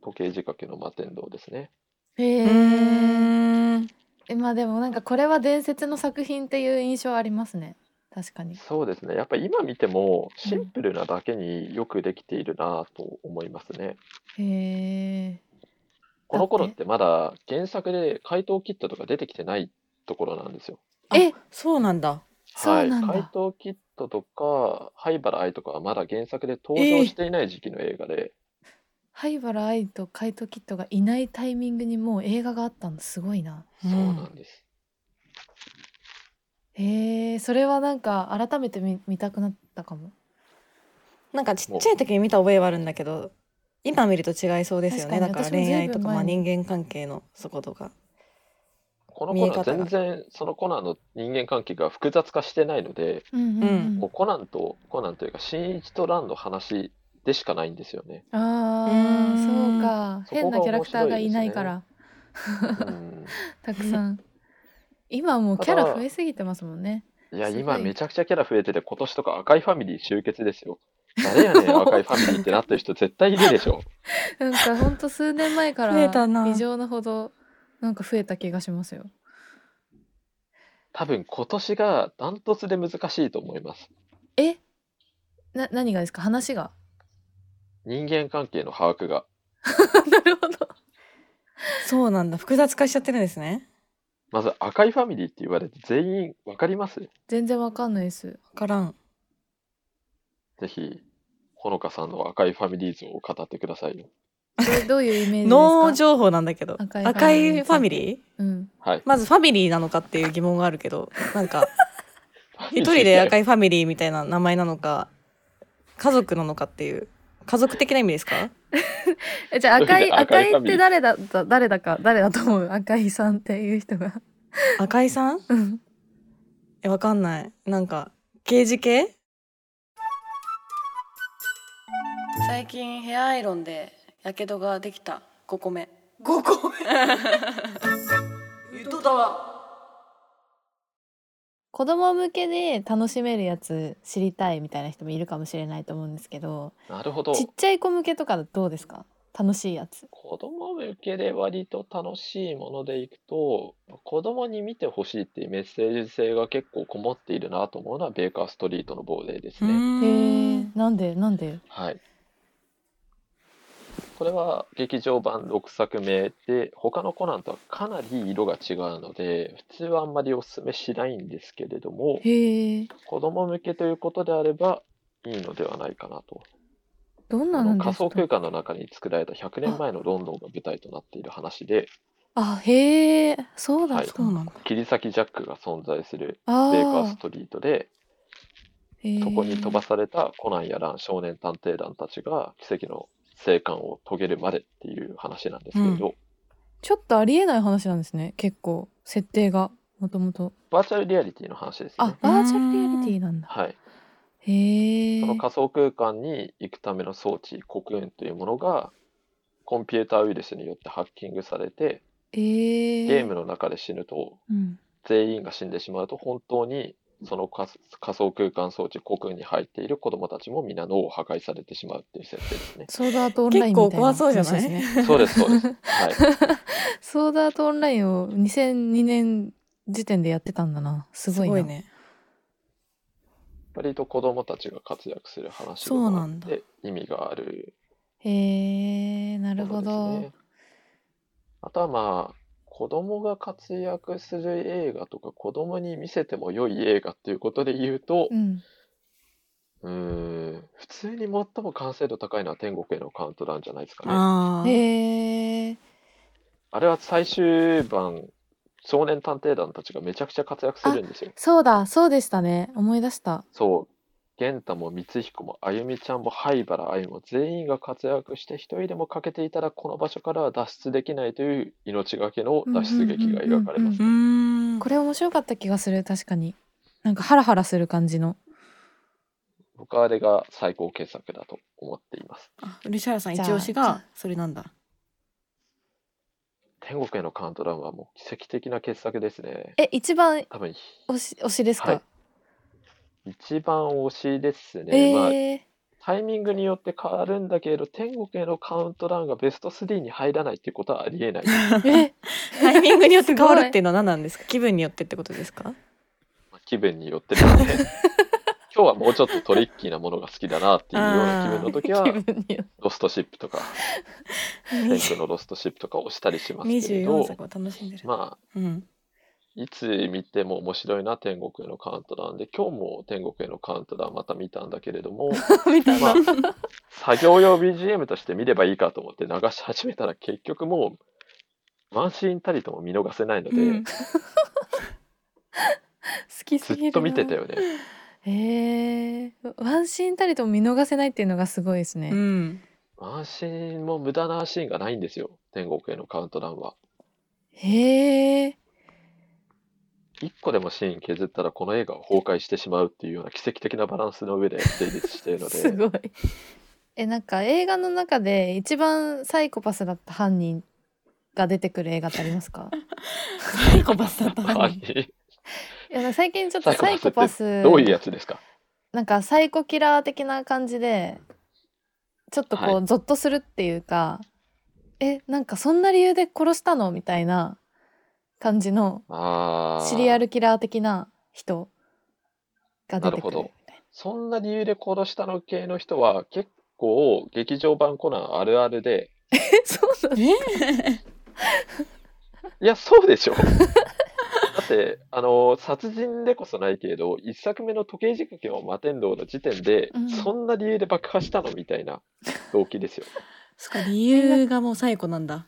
[SPEAKER 3] 時計仕掛けの摩天楼ですね。
[SPEAKER 1] へー
[SPEAKER 2] うーん
[SPEAKER 1] えまあでもなんかこれは伝説の作品っていう印象ありますね確かに
[SPEAKER 3] そうですね。やっぱ今見てもシンプルなだけによくできているなと思いますね。
[SPEAKER 1] へえ
[SPEAKER 3] この頃ってまだ原作で怪盗キットとか出てきてないところなんですよ。
[SPEAKER 2] あ
[SPEAKER 1] え
[SPEAKER 2] そうなんだ
[SPEAKER 1] そうなんだ
[SPEAKER 3] はい、怪盗キットとか灰原哀とかはまだ原作で登場していない時期の映画で、
[SPEAKER 1] 灰原愛とカイトキットがいないタイミングにもう映画があったのすごいな
[SPEAKER 2] うん
[SPEAKER 3] そうなんです、
[SPEAKER 1] へえそれはなんか改めて見見たくなったかも
[SPEAKER 2] なんかちっちゃい時に見た覚えはあるんだけど今見ると違いそうですよねだ
[SPEAKER 1] 確
[SPEAKER 2] か
[SPEAKER 1] かに
[SPEAKER 2] ら恋愛と
[SPEAKER 1] 私も随分
[SPEAKER 2] か、
[SPEAKER 1] 前
[SPEAKER 2] まあ、
[SPEAKER 1] に
[SPEAKER 2] 人間関係のそことか
[SPEAKER 3] この
[SPEAKER 2] 見え
[SPEAKER 3] 頃は
[SPEAKER 2] 方が
[SPEAKER 3] 全然そのコナンの人間関係が複雑化してないので、
[SPEAKER 1] うんうん、うん
[SPEAKER 3] もうコナンとコナンというか新一とランの話でしかないんですよね。
[SPEAKER 1] あー
[SPEAKER 2] うー
[SPEAKER 1] そ
[SPEAKER 2] ん
[SPEAKER 1] うか
[SPEAKER 3] そこが
[SPEAKER 1] 変なキャラクターがいないから、
[SPEAKER 3] うん、
[SPEAKER 1] たくさん 今もうキャラ増えすぎてますもんね
[SPEAKER 3] いや
[SPEAKER 1] すごい
[SPEAKER 3] 今めちゃくちゃキャラ増えてて今年とか赤いファミリー集結ですよ。誰やねん赤いファミリーってなってる人絶対いるでしょ。
[SPEAKER 1] なんかほんと数年前か
[SPEAKER 2] 増え
[SPEAKER 1] ら
[SPEAKER 2] たな
[SPEAKER 1] 異常なほどなんか増えた気がしますよ
[SPEAKER 3] 多分今年がダントツで難しいと思います。
[SPEAKER 1] えな何がですか話が
[SPEAKER 3] 人間関係の把握が。
[SPEAKER 1] なるほど
[SPEAKER 2] そうなんだ複雑化しちゃってるんですね
[SPEAKER 3] まず赤いファミリーって言われて全員わかります
[SPEAKER 1] 全然わかんないです
[SPEAKER 2] わからん
[SPEAKER 3] ぜひ、ほのかさんの赤いファミリー像を語ってくださいよ。
[SPEAKER 1] どどういうイメージですか
[SPEAKER 2] 脳情報なんだけど
[SPEAKER 1] 赤い
[SPEAKER 2] 赤いフ
[SPEAKER 1] ファ
[SPEAKER 2] ァミ
[SPEAKER 1] ミ
[SPEAKER 2] リ
[SPEAKER 1] リ
[SPEAKER 2] ー
[SPEAKER 1] うん
[SPEAKER 3] はい。
[SPEAKER 2] まずファミリーなのかっていう疑問があるけどなんか一人で赤
[SPEAKER 3] い。
[SPEAKER 2] いファミリーみたいな名前なのか家族なのかっていう家族的な意味ですか
[SPEAKER 1] えじゃあ赤い
[SPEAKER 3] 赤
[SPEAKER 1] 赤
[SPEAKER 3] い
[SPEAKER 1] いって誰だった誰だか誰だと思う赤いさんっていう人が
[SPEAKER 2] 赤井さん
[SPEAKER 1] うん
[SPEAKER 2] えわかんないなんか刑事系最近ヘアアイロンでやけどができた5個目5個 目ゆとたわ
[SPEAKER 1] 子供向けで楽しめるやつ知りたいみたいな人もいるかもしれないと思うんですけど
[SPEAKER 3] なるほど。
[SPEAKER 1] ちっちゃい子向けとかどうですか楽しいやつ
[SPEAKER 3] 子供向けで割と楽しいものでいくと、子供に見てほしいっていうメッセージ性が結構こもっているなと思うのはベーカーストリートの亡霊ですね。
[SPEAKER 1] へえなんでなんで
[SPEAKER 3] はい。これは劇場版6作目で、他のコナンとはかなり色が違うので、普通はあんまりおすすめしないんですけれども、
[SPEAKER 1] へえ
[SPEAKER 3] 子供向けということであれば、いいのではないかなと。
[SPEAKER 1] どんな
[SPEAKER 3] あの
[SPEAKER 1] なんで
[SPEAKER 3] 仮
[SPEAKER 1] すか
[SPEAKER 3] 想空間の中に作られた100年前のロンドンが舞台となっている話で、
[SPEAKER 1] あへえそうだ
[SPEAKER 3] はい
[SPEAKER 1] そ
[SPEAKER 2] そうう
[SPEAKER 1] なん
[SPEAKER 2] な
[SPEAKER 1] だ、
[SPEAKER 2] んだ
[SPEAKER 3] 切り裂きジャックが存在する
[SPEAKER 1] あ
[SPEAKER 3] ベーカーストリートで、
[SPEAKER 1] ー
[SPEAKER 3] そこに飛ば
[SPEAKER 1] へ
[SPEAKER 3] されたコナンやラン少年探偵団たちが奇跡の生還を遂げるまでっていう話なんですけれど、
[SPEAKER 1] えちょっとありえない話なんですね結構設定がもともと
[SPEAKER 3] バーチャルリアリティの話です
[SPEAKER 1] あ
[SPEAKER 3] ね。
[SPEAKER 1] バーチャルリアリティなんだ
[SPEAKER 3] はい。
[SPEAKER 1] へえ
[SPEAKER 3] その仮想空間に行くための装置、黒煙というものが、コンピューターウイルスによってハッキングされて、
[SPEAKER 1] え
[SPEAKER 3] ゲームの中で死ぬと、
[SPEAKER 1] うん。
[SPEAKER 3] 全員が死んでしまうと、本当にその仮仮想空間装置、黒煙に入っている子供たちも皆脳を破壊されてしまうっていう設定ですね
[SPEAKER 1] ソードアートオンラインみたいな
[SPEAKER 2] 結構怖そうじゃない
[SPEAKER 1] 話 ですね
[SPEAKER 3] そうです、そうです。はい。
[SPEAKER 1] ソードアートオンラインを2002年時点でやってたんだなすごいな
[SPEAKER 2] ね
[SPEAKER 3] 割と子供たちが活躍する話で
[SPEAKER 2] そう
[SPEAKER 3] も
[SPEAKER 2] な
[SPEAKER 3] あっ
[SPEAKER 2] んだ
[SPEAKER 3] て意味がある
[SPEAKER 1] へえなるほ
[SPEAKER 3] もの
[SPEAKER 1] ど、
[SPEAKER 3] ですね。あとはまあ子供が活躍する映画とか子供に見せても良い映画っていうことで言うと、
[SPEAKER 1] うん
[SPEAKER 3] うーん普通に最も完成度高いのは天国へのカウントダウンじゃないですかね。あ
[SPEAKER 2] あー
[SPEAKER 1] へえ
[SPEAKER 3] れは最終版少年探偵団たちがめちゃくちゃ活躍するんですよ。
[SPEAKER 1] そうだそうでしたね思い出した
[SPEAKER 3] そう。玄太も光彦もあゆみちゃんも灰原あゆも全員が活躍して一人でも欠けていたらこの場所からは脱出できないという命がけの脱出劇が描かれます。
[SPEAKER 2] うーん
[SPEAKER 1] これ面白かった気がする確かになんかハラハラする感じの
[SPEAKER 3] 僕はあれが最高傑作だと思っています。
[SPEAKER 2] あ漆原さん
[SPEAKER 1] じ
[SPEAKER 2] 一
[SPEAKER 1] ゃあ
[SPEAKER 2] 押しがそれなんだ
[SPEAKER 3] 天国へのカウントダウンはもう奇跡的な傑作ですね。
[SPEAKER 1] え一番
[SPEAKER 3] 多分
[SPEAKER 1] 推し推しですか、
[SPEAKER 3] はい一番推しです
[SPEAKER 1] え
[SPEAKER 3] ね。まあ
[SPEAKER 1] え
[SPEAKER 3] タイミングによって変わるんだけれど天国へのカウントダウンがベスト3に入らないっていうことはありえない。
[SPEAKER 1] え
[SPEAKER 2] タイミングによって変わるって
[SPEAKER 1] す
[SPEAKER 2] いうのは何なんですか気分によってってことですか
[SPEAKER 3] まあ気分によってです ね今日はもうちょっとトリッキーなものが好きだなっていうような気分の時
[SPEAKER 1] ご
[SPEAKER 3] はい
[SPEAKER 1] 気分によって
[SPEAKER 3] ロストシップとか天空のロストシップとかをしたりしますけれ
[SPEAKER 2] 24
[SPEAKER 3] ど
[SPEAKER 2] 作を楽しんでる、
[SPEAKER 3] ま
[SPEAKER 2] うん、
[SPEAKER 3] あいつ見ても面白いな天国へのカウントダウンで今日も天国へのカウントダウンまた見たんだけれど も
[SPEAKER 1] 見た
[SPEAKER 3] まあ作業用 BGM として見ればいいかと思って流し始めたら結局もうワンシーンたりとも見逃せないので、
[SPEAKER 2] うん
[SPEAKER 1] 好き
[SPEAKER 3] ず
[SPEAKER 1] すぎる
[SPEAKER 3] っ
[SPEAKER 1] な
[SPEAKER 3] と見てたよね。
[SPEAKER 1] へえワンシーンたりとも見逃せないっていうのがすごいですね、
[SPEAKER 2] うん、
[SPEAKER 3] ワンシーンも無駄なシーンがないんですよ天国へのカウントダウンは。
[SPEAKER 1] へえ
[SPEAKER 3] 一個でもシーン削ったらこの映画は崩壊してしまうっていうような奇跡的なバランスの上で成立している の
[SPEAKER 1] す
[SPEAKER 3] で
[SPEAKER 1] ごいえなんか映画の中で一番サイコパスだった犯人が出てくる映画ってあります か
[SPEAKER 2] サイコパスだった
[SPEAKER 3] は
[SPEAKER 2] ない
[SPEAKER 1] いや最近ちょっとサ
[SPEAKER 3] サ
[SPEAKER 1] イ
[SPEAKER 3] イ
[SPEAKER 1] コ
[SPEAKER 3] コ
[SPEAKER 1] パ
[SPEAKER 3] パ
[SPEAKER 1] ス
[SPEAKER 3] どういうやつですか
[SPEAKER 1] なんかサイコキラー的な感じでちょっとこ
[SPEAKER 3] は
[SPEAKER 1] うゾッとするっていうか、えなんかそんな理由で殺したのみたいな感じの
[SPEAKER 3] あー
[SPEAKER 1] シリアルキラー的な人が出てく
[SPEAKER 3] なるほ
[SPEAKER 1] る
[SPEAKER 3] どそんな理由で殺したの系の人は結構劇場版コナンあるあるで
[SPEAKER 1] えそうなの
[SPEAKER 3] いやそう でしょだってあの殺人でこそないけれど一作目の時計仕掛けを摩天楼の時点で、
[SPEAKER 1] うん
[SPEAKER 3] そんな理由で爆破したのみたいな動機ですよ
[SPEAKER 2] そっか理由がもう最古なんだ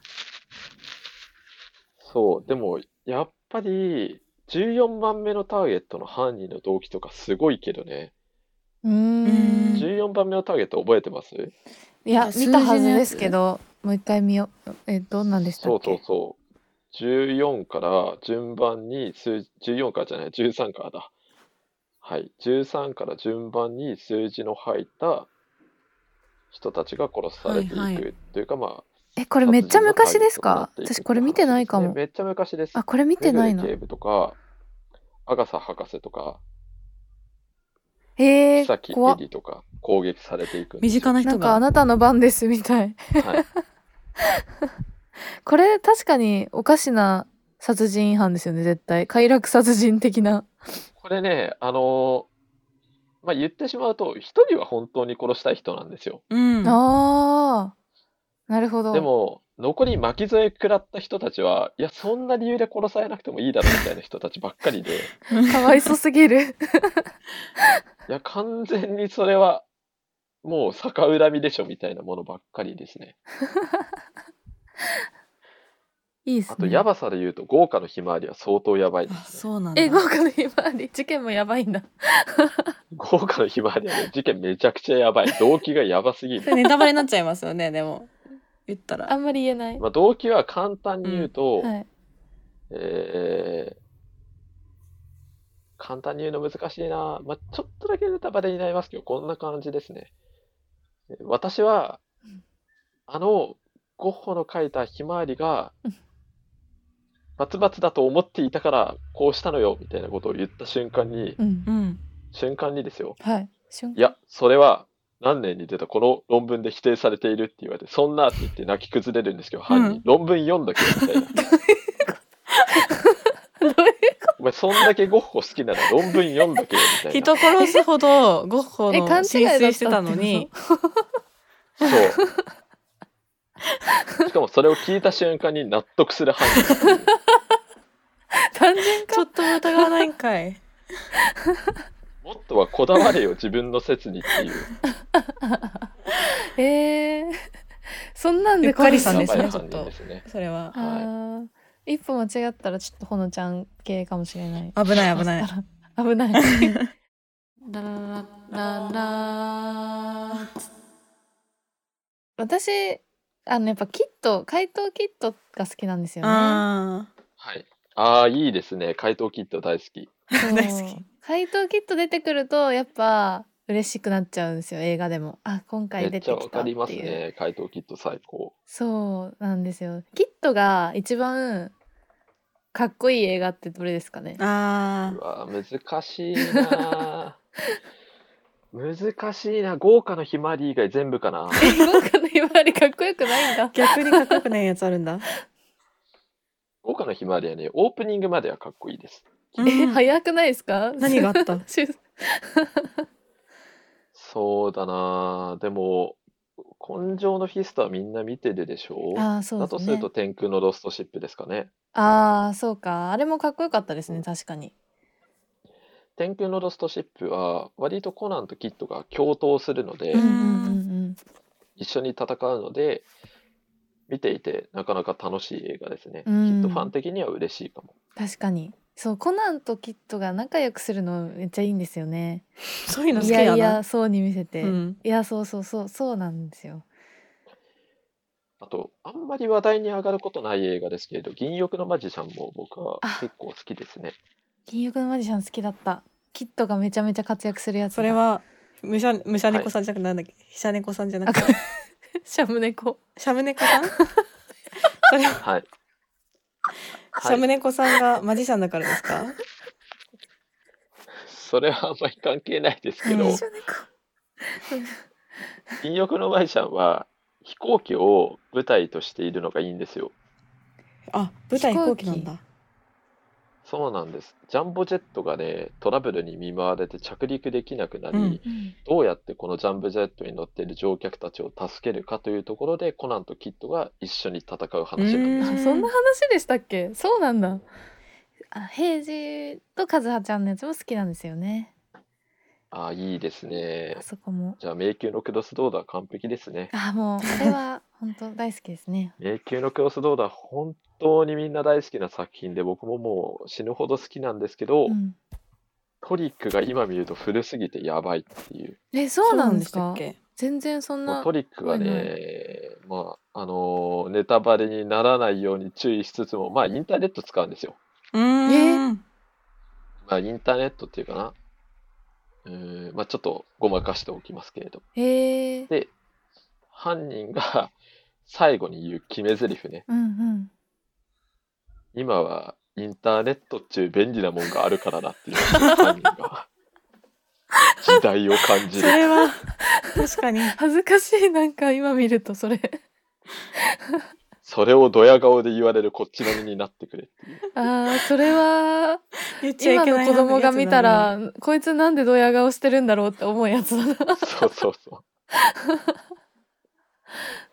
[SPEAKER 3] そう、でも、やっぱり、14番目のターゲットの犯人の動機とかすごいけどね。
[SPEAKER 1] うーん
[SPEAKER 2] うん
[SPEAKER 3] 14番目のターゲット覚えてます
[SPEAKER 1] いや
[SPEAKER 2] 数字
[SPEAKER 1] 見
[SPEAKER 2] の
[SPEAKER 1] た
[SPEAKER 2] やつ
[SPEAKER 1] はずですけどもう一回見ようえどんなんでした
[SPEAKER 3] そ
[SPEAKER 1] っ
[SPEAKER 3] うそう
[SPEAKER 1] け
[SPEAKER 3] そう。14から順番に数、14からじゃない、13からだ。はい。13から順番に数字の入った人たちが殺されてい
[SPEAKER 2] はいは
[SPEAKER 3] くというか、まあ、
[SPEAKER 1] えこれめっちゃ昔ですか
[SPEAKER 3] 殺人のターゲットになっていくって
[SPEAKER 1] 私これ見てないか
[SPEAKER 3] 話
[SPEAKER 1] も
[SPEAKER 3] ですねめっちゃ昔です。
[SPEAKER 1] あこれ見てないの
[SPEAKER 3] 目暮警部とか、アガサ博士とか、
[SPEAKER 1] えー
[SPEAKER 3] 木崎エ
[SPEAKER 1] 怖っ
[SPEAKER 3] リとか攻撃されていくんで
[SPEAKER 2] 身
[SPEAKER 3] すよ
[SPEAKER 2] 近な
[SPEAKER 1] な
[SPEAKER 2] 人
[SPEAKER 1] んかあ
[SPEAKER 2] が
[SPEAKER 1] なたの番ですみたい
[SPEAKER 3] はい、
[SPEAKER 1] これ確かにおかしな殺人違反ですよね絶対快楽殺人的な
[SPEAKER 3] これね、あのーまあ、言ってしまうと、一人は本当に殺したい人なんですよ。
[SPEAKER 2] うん
[SPEAKER 1] あーなるほど
[SPEAKER 3] でも、残り巻き添え食らった人たちは、いや、そんな理由で殺されなくてもいいだろうみたいな人たちばっかりで、
[SPEAKER 1] かわいそすぎる
[SPEAKER 3] いや、完全にそれは、もう逆恨みでしょみたいなものばっかりですね。
[SPEAKER 1] いいです
[SPEAKER 3] あ
[SPEAKER 1] ね
[SPEAKER 3] と、ヤバさで言うと、豪華のひまわりは相当やばいで
[SPEAKER 2] あ
[SPEAKER 3] すね。
[SPEAKER 2] そうなんだ
[SPEAKER 1] え豪華のひまわり事件もやばいんだ
[SPEAKER 3] 豪華のひまわりはね、事件めちゃくちゃやばい。動機がやばすぎる
[SPEAKER 2] そ。れネタバレになっちゃいますよねでも言った
[SPEAKER 1] あ
[SPEAKER 2] ら
[SPEAKER 1] んまり言えない、
[SPEAKER 3] まあ、動機は簡単に言うと、
[SPEAKER 1] はい、
[SPEAKER 3] えー簡単に言うの難しいな。まあ、ちょっとだけネタバレになりますけど、こんな感じですね。えー私は
[SPEAKER 1] うん、
[SPEAKER 3] あの、ゴッホの描いたひまわりが
[SPEAKER 1] うん、
[SPEAKER 3] バツバツだと思っていたから、こうしたのよ、みたいなことを言った瞬間に、
[SPEAKER 1] うん
[SPEAKER 2] うん
[SPEAKER 3] 瞬間にですよ。
[SPEAKER 1] はい瞬
[SPEAKER 3] いや、それは、何年に出たこの論文で否定されているって言われて、そんなって言って泣き崩れるんですけど、犯
[SPEAKER 2] う
[SPEAKER 3] 人、
[SPEAKER 2] ん
[SPEAKER 3] 論文読んどけ、みたいな。
[SPEAKER 1] 間どういう
[SPEAKER 3] お前そんだけゴッホ好きなら論文読んどけよみたいな。
[SPEAKER 2] 人殺すほどゴッホ
[SPEAKER 1] え
[SPEAKER 2] の
[SPEAKER 1] 勘違い
[SPEAKER 2] 浸
[SPEAKER 1] だったってこと
[SPEAKER 2] 水してたのに
[SPEAKER 3] そう。しかもそれを聞いた瞬間に納得する犯人っていう。
[SPEAKER 1] 単純
[SPEAKER 2] ち
[SPEAKER 1] か
[SPEAKER 2] ょっとも疑わないんかい
[SPEAKER 3] もっとはこだわれよ自分の説にっていう。
[SPEAKER 1] えー、 そんなんで
[SPEAKER 2] うっかり
[SPEAKER 1] 殺
[SPEAKER 2] さ
[SPEAKER 1] す
[SPEAKER 2] ん
[SPEAKER 1] の
[SPEAKER 2] ですねち
[SPEAKER 3] やばい
[SPEAKER 2] ょっ
[SPEAKER 3] 犯
[SPEAKER 2] と
[SPEAKER 3] 人ですね。
[SPEAKER 2] それは
[SPEAKER 3] はい
[SPEAKER 1] あー一歩間違ったらちょっとほのちゃん系かもしれない
[SPEAKER 2] 危ない危ない
[SPEAKER 1] 危ない
[SPEAKER 4] ラララララ
[SPEAKER 1] 私あのやっぱキット解凍キットが好きなんですよね
[SPEAKER 2] あ
[SPEAKER 3] はい。ああ、いいですね。怪盗キット大好き。
[SPEAKER 1] そう
[SPEAKER 2] 大好き
[SPEAKER 1] 解凍キット出てくるとやっぱ嬉しくなっちゃうんですよ映画でもあ今
[SPEAKER 3] め
[SPEAKER 1] 回
[SPEAKER 3] っ
[SPEAKER 1] 出
[SPEAKER 3] ち
[SPEAKER 1] て
[SPEAKER 3] ゃわ
[SPEAKER 1] きた
[SPEAKER 3] か
[SPEAKER 1] って
[SPEAKER 3] り
[SPEAKER 1] いう
[SPEAKER 3] ますね。怪盗キット最高。
[SPEAKER 1] そうなんですよキットが一番かっこいい映画ってどれですかね
[SPEAKER 2] あ
[SPEAKER 3] うわー、難しいな ー。難しいな。豪華のひまわり以外全部かな。
[SPEAKER 1] 豪華のひまわりかっこよくないん だ
[SPEAKER 2] 逆にかっこよくないやつあるんだ
[SPEAKER 3] 豪華のひまわりはね、オープニングまではかっこいいです。
[SPEAKER 1] え早くないですか
[SPEAKER 2] 何があった
[SPEAKER 1] しゅ
[SPEAKER 3] そうだなあでも、根性のフィストはみんな見てるでしょう
[SPEAKER 1] あーそう
[SPEAKER 3] だ
[SPEAKER 1] で
[SPEAKER 3] と
[SPEAKER 1] す
[SPEAKER 3] する
[SPEAKER 1] ね
[SPEAKER 3] と天空のロストシップですかね。
[SPEAKER 1] ああそうかあれもかっこよかったですね確かに
[SPEAKER 3] 天空のロストシップは割とコナンとキッドが共闘するので、
[SPEAKER 2] うん
[SPEAKER 1] うん
[SPEAKER 3] 一緒に戦うので、見ていてなかなか楽しい映画ですね。
[SPEAKER 1] うん
[SPEAKER 3] キッドファン的には嬉しいかも。
[SPEAKER 1] 確かにそうコナンとキッドが仲良くするのめっちゃいいんですよね
[SPEAKER 2] そういうの好
[SPEAKER 1] い
[SPEAKER 2] きや
[SPEAKER 1] や
[SPEAKER 2] ない
[SPEAKER 1] やそうに見せて、
[SPEAKER 2] うん
[SPEAKER 1] いやそうそうそうそうなんですよ
[SPEAKER 3] あと、あんまり話題に上がることない映画ですけれど、銀翼のマジシャンも僕は
[SPEAKER 1] あ
[SPEAKER 3] 結構好きですね。
[SPEAKER 1] 金翼のマジシャン好きだったキッドがめちゃめちゃ活躍するやつだ
[SPEAKER 2] それはむしゃむしゃ猫さんじゃなくてなんだっけひしゃ猫さんじゃな
[SPEAKER 1] あ
[SPEAKER 2] くて
[SPEAKER 1] か シャムネコ
[SPEAKER 2] しゃむ猫 さんそれは
[SPEAKER 3] はい。
[SPEAKER 2] しゃむ猫さんがマジシャンだからですか
[SPEAKER 3] それはあんまり関係ないですけど、
[SPEAKER 2] うん
[SPEAKER 3] 銀翼のマジシャンは飛行機を舞台としているのがいいんですよ。
[SPEAKER 2] あ舞台飛行機なんだ
[SPEAKER 3] そうなんです。ジャンボジェットがね、トラブルに見舞われて着陸できなくなり、
[SPEAKER 2] うん
[SPEAKER 3] どうやってこのジャンボジェットに乗っている乗客たちを助けるかというところで、コナンとキッドが一緒に戦う話な
[SPEAKER 1] あ
[SPEAKER 3] んで
[SPEAKER 2] う
[SPEAKER 3] す。
[SPEAKER 2] ん
[SPEAKER 1] そんな話でしたっけそうなんだあ平次と和葉ちゃんのやつも好きなんですよね
[SPEAKER 3] あ、いいですね
[SPEAKER 1] あ。そこも
[SPEAKER 3] じゃあ、迷宮のクロスドーダー完璧ですね。
[SPEAKER 1] あもうあれは本当大好きですね
[SPEAKER 3] 迷宮のクロスドーダー、本当にみんな大好きな作品で、僕ももう死ぬほど好きなんですけど、
[SPEAKER 1] うん
[SPEAKER 3] トリックが今見ると古すぎてやばいっていう。
[SPEAKER 1] えそうなんです
[SPEAKER 2] そう
[SPEAKER 1] か
[SPEAKER 2] でしたっけ
[SPEAKER 1] 全然そん
[SPEAKER 3] もう
[SPEAKER 1] な
[SPEAKER 3] トリックがね、
[SPEAKER 1] はい
[SPEAKER 3] まあ、あのーネタバレにならないように注意しつつも、まあ、インターネット使うんですよ。
[SPEAKER 2] うーん。
[SPEAKER 3] まあ、インターネットっていうかな。うーん、まあ、ちょっとごまかしておきますけれど。
[SPEAKER 1] へえ
[SPEAKER 3] で、犯人が最後に言う決め台詞ね。
[SPEAKER 1] うんうん
[SPEAKER 3] 今はインターネットっちゅう便利なもんがあるからなっていう犯人 が。時代を感じ
[SPEAKER 2] そ
[SPEAKER 3] る。
[SPEAKER 2] れは、確かに。
[SPEAKER 1] 恥ずかしいなんか今見るとそれ
[SPEAKER 3] それをドヤ顔で言われるこっちの身になってくれ。
[SPEAKER 1] あーそれは
[SPEAKER 2] 言っち
[SPEAKER 1] 今
[SPEAKER 2] ゃいけ
[SPEAKER 1] の
[SPEAKER 2] ない
[SPEAKER 1] 子供が見た
[SPEAKER 2] や
[SPEAKER 1] らこいつなんでドヤ顔してるんだろうって思うやつだ な
[SPEAKER 3] そうそうそう。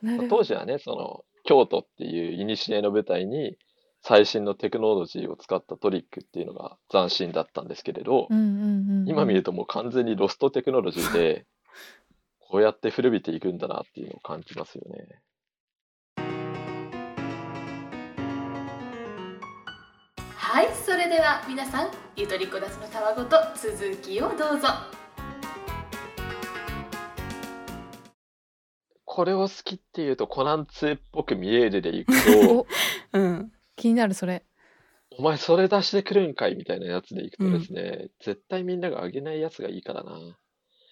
[SPEAKER 1] なるほ
[SPEAKER 3] 当時はねその京都っていう古の舞台に最新のテクノロジーを使ったトリックっていうのが斬新だったんですけれ
[SPEAKER 1] ど
[SPEAKER 3] ど、
[SPEAKER 1] うんうんうん
[SPEAKER 3] 今見るともう完全にロストテクノロジーでこうやって古びていくんだなっていうのを感じますよね。
[SPEAKER 5] はいそれでは皆さんゆとりこだちのたわごと続きをどうぞ
[SPEAKER 3] これを好きっていうとコナン2っぽく見えるでいく
[SPEAKER 1] お
[SPEAKER 3] と
[SPEAKER 2] つながらないうん。
[SPEAKER 1] 気になるそれ
[SPEAKER 3] お前それ出してくるんかいみたいなやつでいくとですね、絶対みんなが上げないやつがいいからな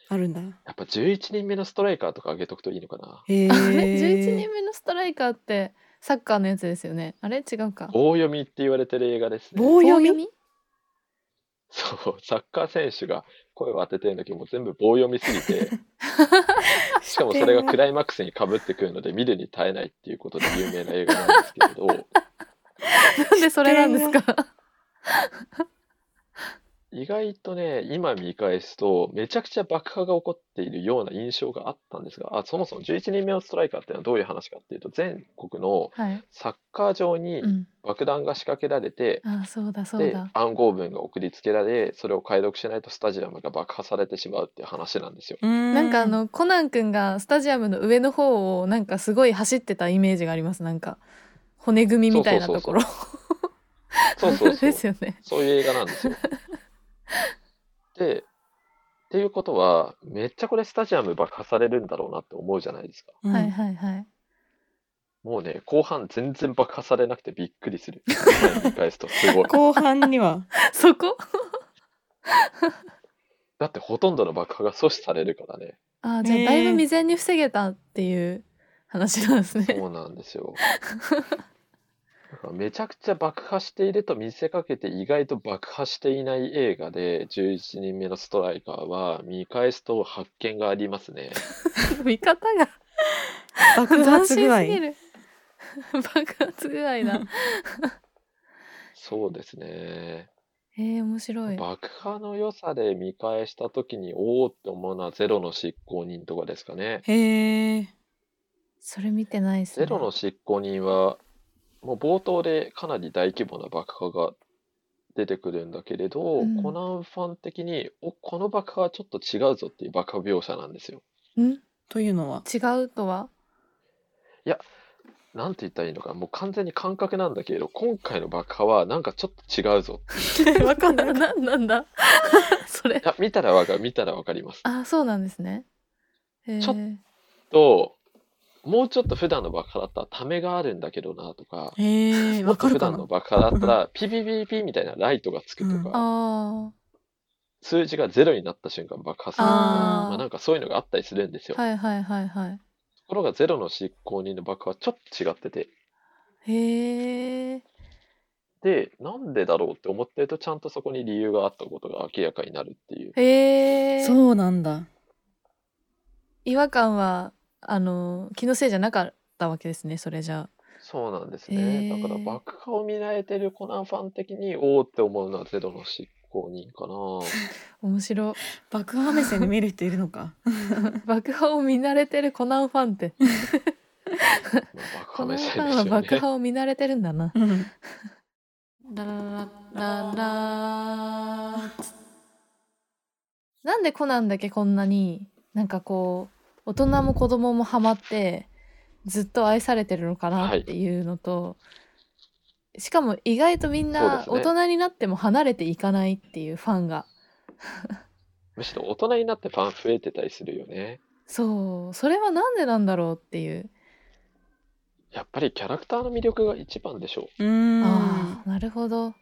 [SPEAKER 2] あるんだ。
[SPEAKER 3] やっぱ11人目のストライカーとか上げとくといいのかな
[SPEAKER 2] へえ。
[SPEAKER 1] あれ11人目のストライカーってサッカーのやつですよねあれ違うか
[SPEAKER 3] 棒読みって言われてる映画ですね
[SPEAKER 2] 棒読み
[SPEAKER 1] み
[SPEAKER 3] そう、サッカー選手が声を当ててるんだけど、もう全部棒読みすぎて、しかもそれがクライマックスにかぶってくるので、見るに耐えないっていうことで有名な映画なんですけれど、
[SPEAKER 1] なんでそれなんですか
[SPEAKER 3] 意外とね、今見返すと、めちゃくちゃ爆破が起こっているような印象があったんですが、あそもそも11人目のストライカーっていうのはどういう話かっていうと、全国の
[SPEAKER 1] はい、
[SPEAKER 3] サッカー場に
[SPEAKER 1] うん、
[SPEAKER 3] 爆弾が仕掛けられて、
[SPEAKER 1] あそうだそう
[SPEAKER 3] で
[SPEAKER 1] だ
[SPEAKER 3] 暗号文が送りつけられそれを解読しないとスタジアムが爆破されてしまうっていう話な んですよ。
[SPEAKER 2] な
[SPEAKER 1] なんかあ、のコナン君がスタジアムの上の方をなんかすごい走ってたイメージがありますなんか骨組みみたいなところ
[SPEAKER 3] そうそうそう
[SPEAKER 1] ですよね
[SPEAKER 3] そういう映画な んですよ。で、っていうことは、めっちゃこれスタジアム爆破されるんだろうなって思うじゃないですか。
[SPEAKER 2] うん
[SPEAKER 1] はいはいはい
[SPEAKER 3] もうね、後半全然爆破されなくてびっくり する。今見返すとすごい。
[SPEAKER 2] 後半には。
[SPEAKER 1] そこ
[SPEAKER 3] だってほとんどの爆破が阻止されるからね。
[SPEAKER 1] あじゃあ
[SPEAKER 2] ねえ
[SPEAKER 1] だいぶ未然に防げたっていう話なんですね
[SPEAKER 3] そうなんですよ。だからめちゃくちゃ爆破していると見せかけて意外と爆破していない映画で11人目のストライカーは見返すと発見がありますね。
[SPEAKER 1] 見方が
[SPEAKER 2] 爆
[SPEAKER 1] 斬
[SPEAKER 2] 発
[SPEAKER 1] 新
[SPEAKER 2] 具合
[SPEAKER 1] す。ぎる爆発具合だ
[SPEAKER 3] そうですね。
[SPEAKER 1] えー、面白い
[SPEAKER 3] 爆破の良さで見返した時におおって思うのはゼロの執行人とかですかね。
[SPEAKER 2] へえ。
[SPEAKER 1] それ見てないですね
[SPEAKER 3] ゼロの執行人はもう冒頭でかなり大規模な爆破が出てくるんだけれど、
[SPEAKER 1] うん
[SPEAKER 3] コナンファン的におこの爆破はちょっと違うぞっていう爆破描写なんですよ。
[SPEAKER 1] ん
[SPEAKER 2] というのは。
[SPEAKER 1] 違うとは
[SPEAKER 3] なんて言ったらいいのかもう完全に感覚なんだけれど今回の爆破はなんかちょっと違うぞ。
[SPEAKER 1] わかんないななんだそれ
[SPEAKER 3] いや見たらわかる見たらわかります。
[SPEAKER 1] あそうなんですねへえ
[SPEAKER 3] ちょっともうちょっと普段の爆破だったらためがあるんだけどなとか。
[SPEAKER 2] へえ。
[SPEAKER 3] も
[SPEAKER 2] わ
[SPEAKER 3] っと
[SPEAKER 2] か
[SPEAKER 3] 普
[SPEAKER 2] るか
[SPEAKER 3] 段
[SPEAKER 2] な
[SPEAKER 3] の。爆破だったら、ピピピピみたいなライトがつくとか、
[SPEAKER 1] あ
[SPEAKER 3] 数字がゼロになった瞬間爆破するとか、
[SPEAKER 2] あー
[SPEAKER 3] まあ、なんかそういうのがあったりするんです
[SPEAKER 1] あはい
[SPEAKER 3] よ。
[SPEAKER 1] はいはいはい
[SPEAKER 3] ところがゼロの執行人の爆破はちょっと違ってて、
[SPEAKER 1] へえ
[SPEAKER 3] で、なんでだろうって思ってると、ちゃんとそこに理由があったことが明らかになるっていう。
[SPEAKER 1] へえ
[SPEAKER 2] そうなんだ。
[SPEAKER 1] 違和感はあの気のせいじゃなかったわけですねそれじゃ
[SPEAKER 3] そうなんです
[SPEAKER 1] へ
[SPEAKER 3] ね。
[SPEAKER 1] ー
[SPEAKER 3] だから爆破を見慣れてるコナンファン的に、おーって思うのはゼロの執行 人かな。
[SPEAKER 1] あ面白
[SPEAKER 2] 爆破目線で見る人いるのか。
[SPEAKER 1] 爆破を見慣れてるコナンファンって
[SPEAKER 3] まあ 爆
[SPEAKER 1] コナ
[SPEAKER 3] 破目
[SPEAKER 1] ンフ
[SPEAKER 3] 線
[SPEAKER 1] ァンは
[SPEAKER 3] ですよ
[SPEAKER 1] 爆
[SPEAKER 3] ね。
[SPEAKER 1] 破を見慣れてるんだな
[SPEAKER 2] うん。
[SPEAKER 4] ラララララ
[SPEAKER 1] なんでコナンだけこんなになんかこう大人も子供もハマってずっと愛されてるのかなっていうのと、しかも意外とみんな
[SPEAKER 3] そう
[SPEAKER 1] 大
[SPEAKER 3] ですね
[SPEAKER 1] 人になっても離れていかないっていうファンが
[SPEAKER 3] むしろ大人になってファン増えてたりするよね。
[SPEAKER 1] そうそれはなんでなんだろうっていう、
[SPEAKER 3] やっぱりキャラクターの魅力が一番でしょう。
[SPEAKER 2] うーん
[SPEAKER 1] ああなるほど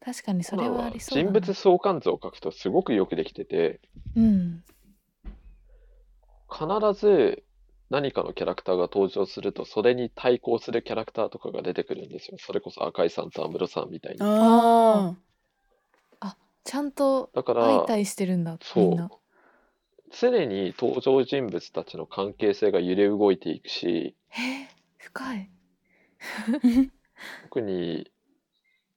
[SPEAKER 1] 確かにそれ
[SPEAKER 3] コナ
[SPEAKER 1] は
[SPEAKER 3] ン
[SPEAKER 1] あ
[SPEAKER 3] は
[SPEAKER 1] りそうだな
[SPEAKER 3] 人物相関図を描くとすごくよくできてて、
[SPEAKER 1] うん
[SPEAKER 3] 必ず何かのキャラクターが登場すると、それに対抗するキャラクターとかが出てくるんですよ。それこそ赤井さんと安室さんみたいに。
[SPEAKER 2] あ
[SPEAKER 1] ちゃんと
[SPEAKER 3] だから、
[SPEAKER 1] 相対してるんだみ
[SPEAKER 3] そ
[SPEAKER 1] ん
[SPEAKER 3] う
[SPEAKER 1] な。
[SPEAKER 3] 常に登場人物たちの関係性が揺れ動いていくし、
[SPEAKER 1] へえ深い
[SPEAKER 3] 特に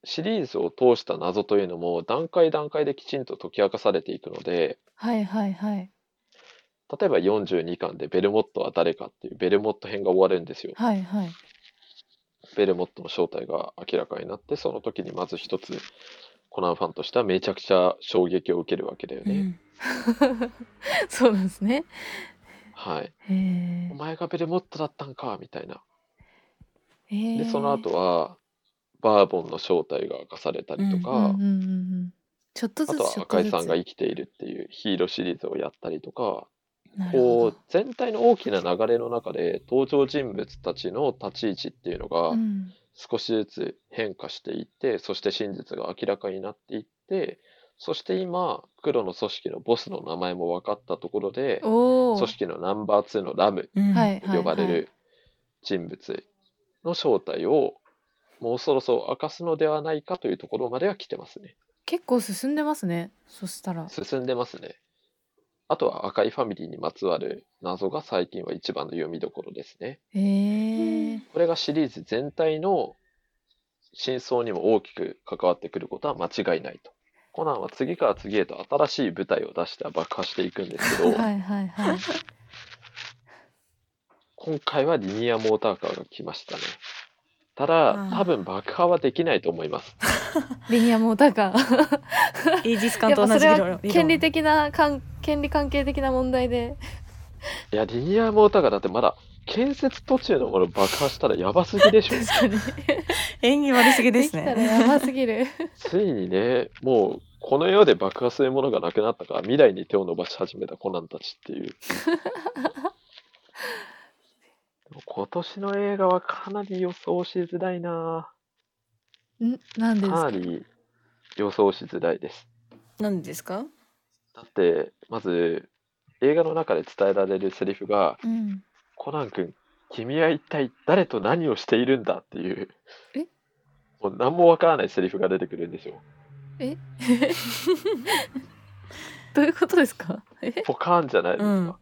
[SPEAKER 3] シリーズを通した謎というのも段階段階できちんと解き明かされていくので、
[SPEAKER 1] はいはいはい
[SPEAKER 3] 例えば42巻でベルモットは誰かっていうベルモット編が終わるんですよ。
[SPEAKER 1] はい はい
[SPEAKER 3] ベルモットの正体が明らかになって、その時にまず一つコナンファンとしてはめちゃくちゃ衝撃を受けるわけだよ
[SPEAKER 2] ーう
[SPEAKER 3] ね。
[SPEAKER 2] ん
[SPEAKER 1] そうなんですね。
[SPEAKER 3] はい。
[SPEAKER 1] へえ
[SPEAKER 3] お前がベルモットだったんか、みたいな。
[SPEAKER 1] へえ
[SPEAKER 3] で、その後はバーボンの正体が明かされたりと
[SPEAKER 1] うんう
[SPEAKER 3] か、
[SPEAKER 1] んうんうん、ちょっと
[SPEAKER 3] あ
[SPEAKER 1] ずつ
[SPEAKER 3] とは
[SPEAKER 1] ちょっ
[SPEAKER 3] 赤
[SPEAKER 1] と
[SPEAKER 3] 井
[SPEAKER 1] ずつ
[SPEAKER 3] さんが生きているっていうヒーローシリーズをやったりとか、
[SPEAKER 1] なるほ
[SPEAKER 3] こ
[SPEAKER 1] ど
[SPEAKER 3] う全体の大きな流れの中で登場人物たちの立ち位置っていうのが
[SPEAKER 1] うん
[SPEAKER 3] 少しずつ変化していって、そして真実が明らかになっていってそして今黒の組織のボスの名前も分かったところで
[SPEAKER 1] おお
[SPEAKER 3] 組織のナンバー2のラム
[SPEAKER 2] うん
[SPEAKER 1] はい
[SPEAKER 3] と呼ばれる人物の正体をもうそろそろ明かすのではないかというところまでは来てますね
[SPEAKER 1] 結構進んでますねそしたら
[SPEAKER 3] 進んでますねあとは赤いファミリーにまつわる謎が最近は一番の読みどころですね
[SPEAKER 1] へえ
[SPEAKER 3] これがシリーズ全体の真相にも大きく関わってくることは間違いないと。コナンは次から次へと新しい舞台を出して爆破していくんですけど、
[SPEAKER 1] はいはいはい
[SPEAKER 3] 今回はリニアモーターカーが来ましたね。た
[SPEAKER 2] あ
[SPEAKER 3] だ、
[SPEAKER 2] ー
[SPEAKER 3] 多分爆破はできないと思います。
[SPEAKER 1] リニアモーター カー
[SPEAKER 2] イージス
[SPEAKER 1] や
[SPEAKER 2] 艦
[SPEAKER 1] っ
[SPEAKER 2] と
[SPEAKER 1] ぱ
[SPEAKER 2] 同
[SPEAKER 1] そ
[SPEAKER 2] じ
[SPEAKER 1] れ
[SPEAKER 2] 理論
[SPEAKER 1] は権利的な関権利関係的な問題で
[SPEAKER 3] いや、リニアモーターカーだってまだ建設途中のもの爆破したらやばすぎでしょ。
[SPEAKER 1] 確かに
[SPEAKER 2] 演技悪すぎで
[SPEAKER 1] ですきたら
[SPEAKER 2] ね
[SPEAKER 1] やばすぎ る
[SPEAKER 3] ついにね、もうこの世で爆破するものがなくなったから未来に手を伸ばし始めたコナンたちっ ていう。でも今年の映画はかなり予想しづらいなん
[SPEAKER 1] なんでです
[SPEAKER 3] か
[SPEAKER 1] か
[SPEAKER 3] なり予想しづらいです。
[SPEAKER 2] なんでですか
[SPEAKER 3] だって、まず映画の中で伝えられるセリフが、
[SPEAKER 1] うん
[SPEAKER 3] コナン君、君は一体誰と何をしているんだっていう
[SPEAKER 1] え、
[SPEAKER 3] もう何もわからないセリフが出てくるんですよ。
[SPEAKER 1] えどういうことですかえ
[SPEAKER 3] ポカーンじゃないですか。
[SPEAKER 2] うん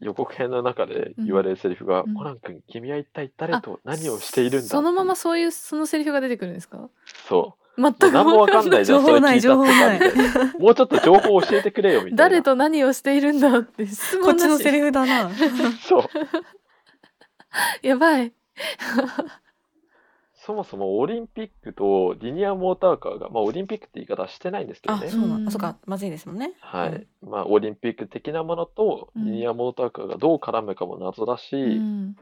[SPEAKER 3] 予告編の中で言われるセリフが、
[SPEAKER 1] うん
[SPEAKER 3] コナン君、君は一体誰と何をしているんだ
[SPEAKER 1] そのままそういうそのセリフが出てくるんですか
[SPEAKER 3] そ
[SPEAKER 1] 全
[SPEAKER 3] う。もう
[SPEAKER 1] く
[SPEAKER 3] 何もわかんないじゃん。
[SPEAKER 2] 情報ない
[SPEAKER 3] それ聞たっ
[SPEAKER 2] 情報
[SPEAKER 3] てみたいなもうちょっと情報教えてくれよ、みたいな。
[SPEAKER 1] 誰と何をしているんだって質
[SPEAKER 2] こっ
[SPEAKER 1] 問
[SPEAKER 2] ち
[SPEAKER 1] な
[SPEAKER 2] の
[SPEAKER 1] し
[SPEAKER 2] セリフ だな
[SPEAKER 3] そう。
[SPEAKER 1] やばい
[SPEAKER 3] そもそもオリンピックとリニアモーターカーが、まあオリンピックって言い方はしてないんですけど
[SPEAKER 2] あ
[SPEAKER 3] ね
[SPEAKER 2] そ。うなんあそっかまずいですもんね
[SPEAKER 3] は
[SPEAKER 2] う
[SPEAKER 3] い
[SPEAKER 2] ん。
[SPEAKER 3] まあオリンピック的なものと
[SPEAKER 1] うん
[SPEAKER 3] リニアモーターカーがどう絡むかも謎だし、
[SPEAKER 1] うん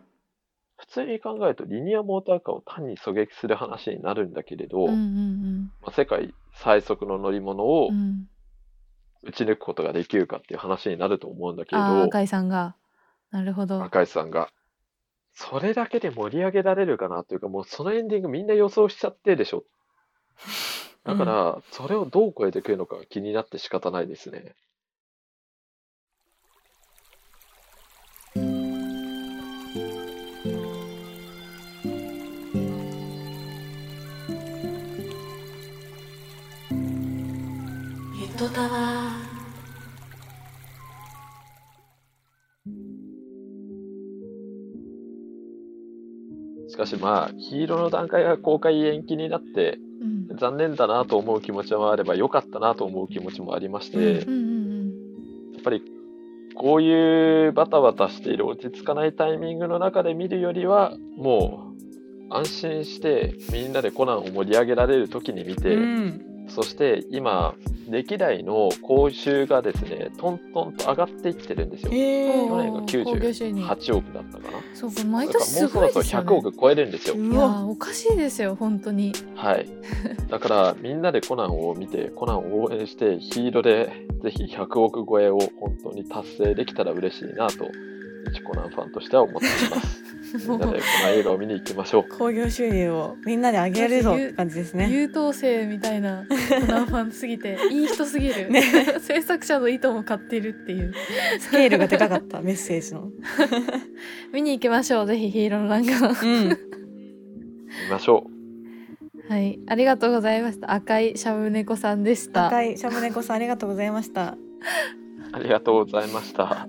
[SPEAKER 3] 普通に考えるとリニアモーターカーを単に狙撃する話になるんだけれど、
[SPEAKER 1] うんうん
[SPEAKER 3] まあ、世界最速の乗り物を
[SPEAKER 1] うんうん
[SPEAKER 3] 打ち抜くことができるかっていう話になると思うんだけれ
[SPEAKER 1] あー
[SPEAKER 3] ど、
[SPEAKER 1] 赤井さんがなるほど
[SPEAKER 3] 赤井さんが。それだけで盛り上げられるかなというか、もうそのエンディングみんな予想しちゃってでしょ。だから、それをどう超えてくるのかが気になって仕方ないですね。
[SPEAKER 4] ゆとたわ
[SPEAKER 3] しかしまあ、ヒーローの段階が公開延期になっ
[SPEAKER 1] うん
[SPEAKER 3] て、
[SPEAKER 1] うん
[SPEAKER 3] 残念だなと思う気持ちもあれば、良かったなと思う気持ちもありまして、
[SPEAKER 1] うんうん
[SPEAKER 3] やっぱりこういうバタバタしている落ち着かないタイミングの中で見るよりはもう安心してみんなでコナンを盛り上げられる時に見て、
[SPEAKER 2] うん
[SPEAKER 3] そして今歴代の報酬がですねトントンと上がっていってるんですよ
[SPEAKER 2] え
[SPEAKER 1] ー
[SPEAKER 3] 去年が
[SPEAKER 1] 興行収入
[SPEAKER 3] 98億だったかな
[SPEAKER 1] そうか毎
[SPEAKER 3] だから
[SPEAKER 1] 年すご
[SPEAKER 3] もう
[SPEAKER 1] い
[SPEAKER 3] そ
[SPEAKER 1] で
[SPEAKER 3] ろ
[SPEAKER 1] す
[SPEAKER 3] そろ
[SPEAKER 1] よ
[SPEAKER 3] 100
[SPEAKER 1] ね
[SPEAKER 3] 億超えるんですよ
[SPEAKER 1] いやーおかしいですよ本当に
[SPEAKER 3] はいだからみんなでコナンを見てコナンを応援してヒーローでぜひ100億超えを本当に達成できたら嬉しいなと一コナンファンとしては思っていますみんなでコナン映画を見に行きましょう
[SPEAKER 2] 興行収入をみんなで上げるぞって感じですね。
[SPEAKER 1] 優等生みたいなコナンファンすぎていい人すぎる、
[SPEAKER 2] ね
[SPEAKER 1] 制作者の意図も買ってるっていう
[SPEAKER 2] スケールがでかかったメッセージの。
[SPEAKER 1] 見に行きましょうぜひヒーローの欄が
[SPEAKER 2] うん。
[SPEAKER 3] 見ましょ
[SPEAKER 1] はいありがとうございました赤いシャブ猫さんでした
[SPEAKER 2] 赤いシャムネコさんありがとうございました。
[SPEAKER 3] うありがとうございました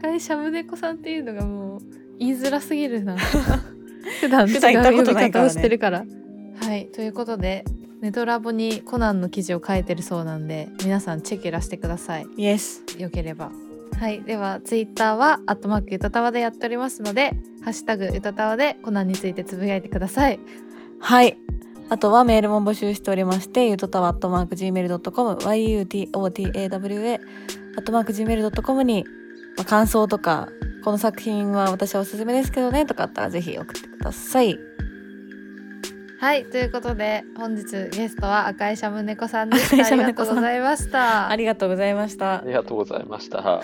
[SPEAKER 1] 赤いシャブ猫さんっていうのがもう言いづらすぎ るな普段違
[SPEAKER 2] 普段言った
[SPEAKER 1] う
[SPEAKER 2] こ
[SPEAKER 1] 呼び
[SPEAKER 2] とないか
[SPEAKER 1] 方
[SPEAKER 2] ら
[SPEAKER 1] をし
[SPEAKER 2] ね
[SPEAKER 1] てるからはいということでネトラボにコナンの記事を書いてるそうなんで皆さんチェケラしてください
[SPEAKER 2] イエス。
[SPEAKER 1] よければはいではツイッターは「アットマークゆたたわ」でやっておりますので「ハッシュタグゆたたわ」でコナンについてつぶやいてください
[SPEAKER 2] はい。あとはメールも募集しておりまして、ゆとたわ at mark gmail.com、yutotawa at mark gmail.com に、まあ、感想とか、この作品は私はおすすめですけどねとかあったらぜひ送ってください。
[SPEAKER 1] はいということで本日ゲストは赤いシャムネコさんでした
[SPEAKER 2] 赤いシ
[SPEAKER 1] あり
[SPEAKER 2] ャム
[SPEAKER 1] がと
[SPEAKER 2] 猫
[SPEAKER 1] う
[SPEAKER 2] さん
[SPEAKER 1] ございました
[SPEAKER 2] ありがとうございました
[SPEAKER 3] あり。がとうございました